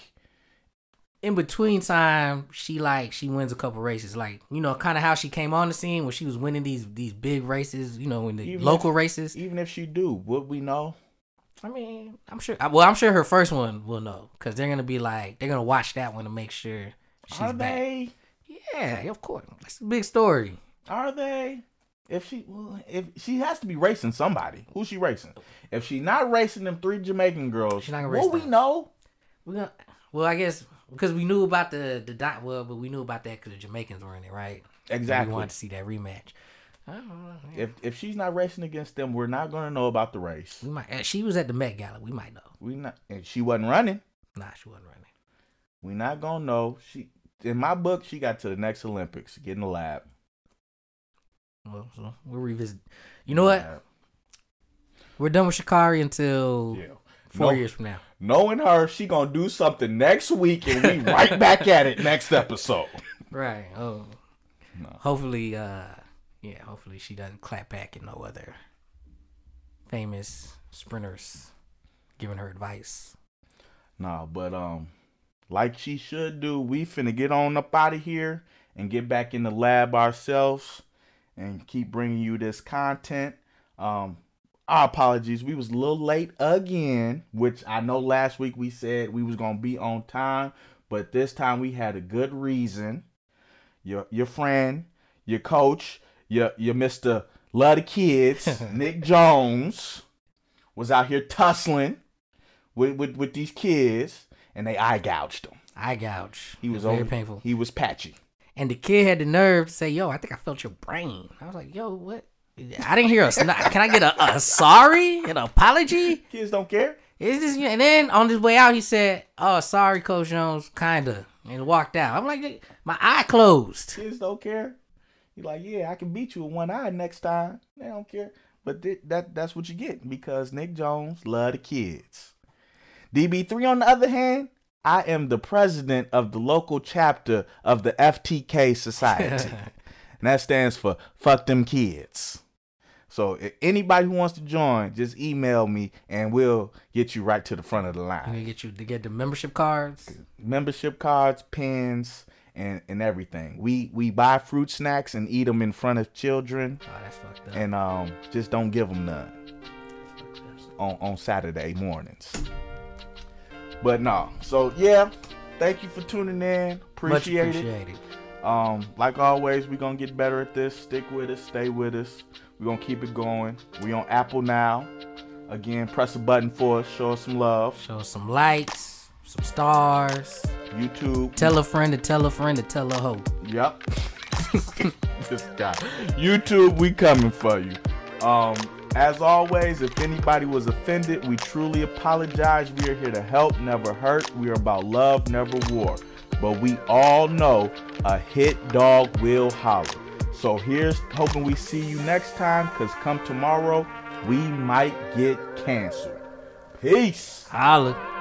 Speaker 2: in between time, she like she wins a couple races, like you know, kind of how she came on the scene when she was winning these these big races, you know, in the
Speaker 1: Even if-
Speaker 2: local races.
Speaker 1: even if she do would we know
Speaker 2: I mean, I'm sure. I- Well, I'm sure her first one will know because they're gonna be like they're gonna watch that one to make sure she's
Speaker 1: are
Speaker 2: back.
Speaker 1: they?
Speaker 2: Yeah, of course, that's a big story.
Speaker 1: Are they? If she well, if she has to be racing somebody, who's she racing? If she not racing them three Jamaican girls,
Speaker 2: She not gonna
Speaker 1: well,
Speaker 2: race
Speaker 1: we
Speaker 2: them.
Speaker 1: know.
Speaker 2: We gonna well, I guess because we knew about the the dot well, but we knew about that because the Jamaicans were in it, right? We
Speaker 1: Exactly.
Speaker 2: wanted to see that rematch. I don't know.
Speaker 1: If if she's not racing against them, we're not gonna know about the race.
Speaker 2: We might. uh, She was at the Met Gala. We might know.
Speaker 1: We not and she wasn't running.
Speaker 2: Nah, she wasn't running.
Speaker 1: We not gonna know. She in my book, she got to the next Olympics, get in the lab.
Speaker 2: Well, so we'll revisit. You know what? We're done with Shikari until
Speaker 1: Yeah.
Speaker 2: four
Speaker 1: No-
Speaker 2: years from now.
Speaker 1: Knowing her, she gonna do something next week, and we
Speaker 2: *laughs*
Speaker 1: right back at it next episode.
Speaker 2: Right. Oh.
Speaker 1: No.
Speaker 2: Hopefully, uh, yeah. Hopefully, she doesn't clap back and no other famous sprinters giving her advice.
Speaker 1: Nah, but um, like she should do, we finna get on up out of here and get back in the lab ourselves and keep bringing you this content. Um, our apologies, we was a little late again, which I know last week we said we was gonna be on time, but this time we had a good reason. Your your friend, your coach, your your Mister Love the Kids, Nick Jones, was out here tussling with, with, with these kids and they eye gouged him.
Speaker 2: Eye gouge.
Speaker 1: He was
Speaker 2: very
Speaker 1: over-
Speaker 2: painful.
Speaker 1: He was patchy.
Speaker 2: And the kid had the nerve to say, "Yo, I think I felt your brain." I was like, "Yo, what?" I didn't hear a. sn- Can I get a, a sorry, an apology?
Speaker 1: Kids don't care.
Speaker 2: It's just, and then on his way out, he said, "Oh, sorry, Coach Jones," kinda, and walked out. I'm like, my eye closed.
Speaker 1: Kids don't care. you like, yeah, I can beat you with one eye next time. They don't care. But th- that that's what you get because Nick Jones love the kids. DB3 on the other hand, I am the president of the local chapter of the FTK Society. and that stands for fuck them kids. So if anybody who wants to join, just email me and we'll get you right to the front of the line.
Speaker 2: I'm gonna get you to get the membership cards. Oh,
Speaker 1: membership cards, pins, and and everything. We we buy fruit snacks and eat them in front of children,
Speaker 2: Oh, that's fucked up.
Speaker 1: and um just don't give them none on on Saturday mornings. But no, so yeah, thank you for tuning in.
Speaker 2: Much
Speaker 1: Appreciate, it.
Speaker 2: appreciated.
Speaker 1: Um, like always, we're gonna get better at this. Stick with us, stay with us. We're gonna keep it going. We on Apple now. Again, press a button for us. Show us some love.
Speaker 2: Show us some likes, some stars.
Speaker 1: YouTube.
Speaker 2: Tell a friend to tell a friend to tell a hoe.
Speaker 1: Yep. *laughs* this guy. YouTube, we coming for you. Um, as always, if anybody was offended, we truly apologize. We are here to help, never hurt. We are about love, never war. But we all know a hit dog will holler. So here's hoping we see you next time, because come tomorrow, we might get canceled. Peace.
Speaker 2: Holla.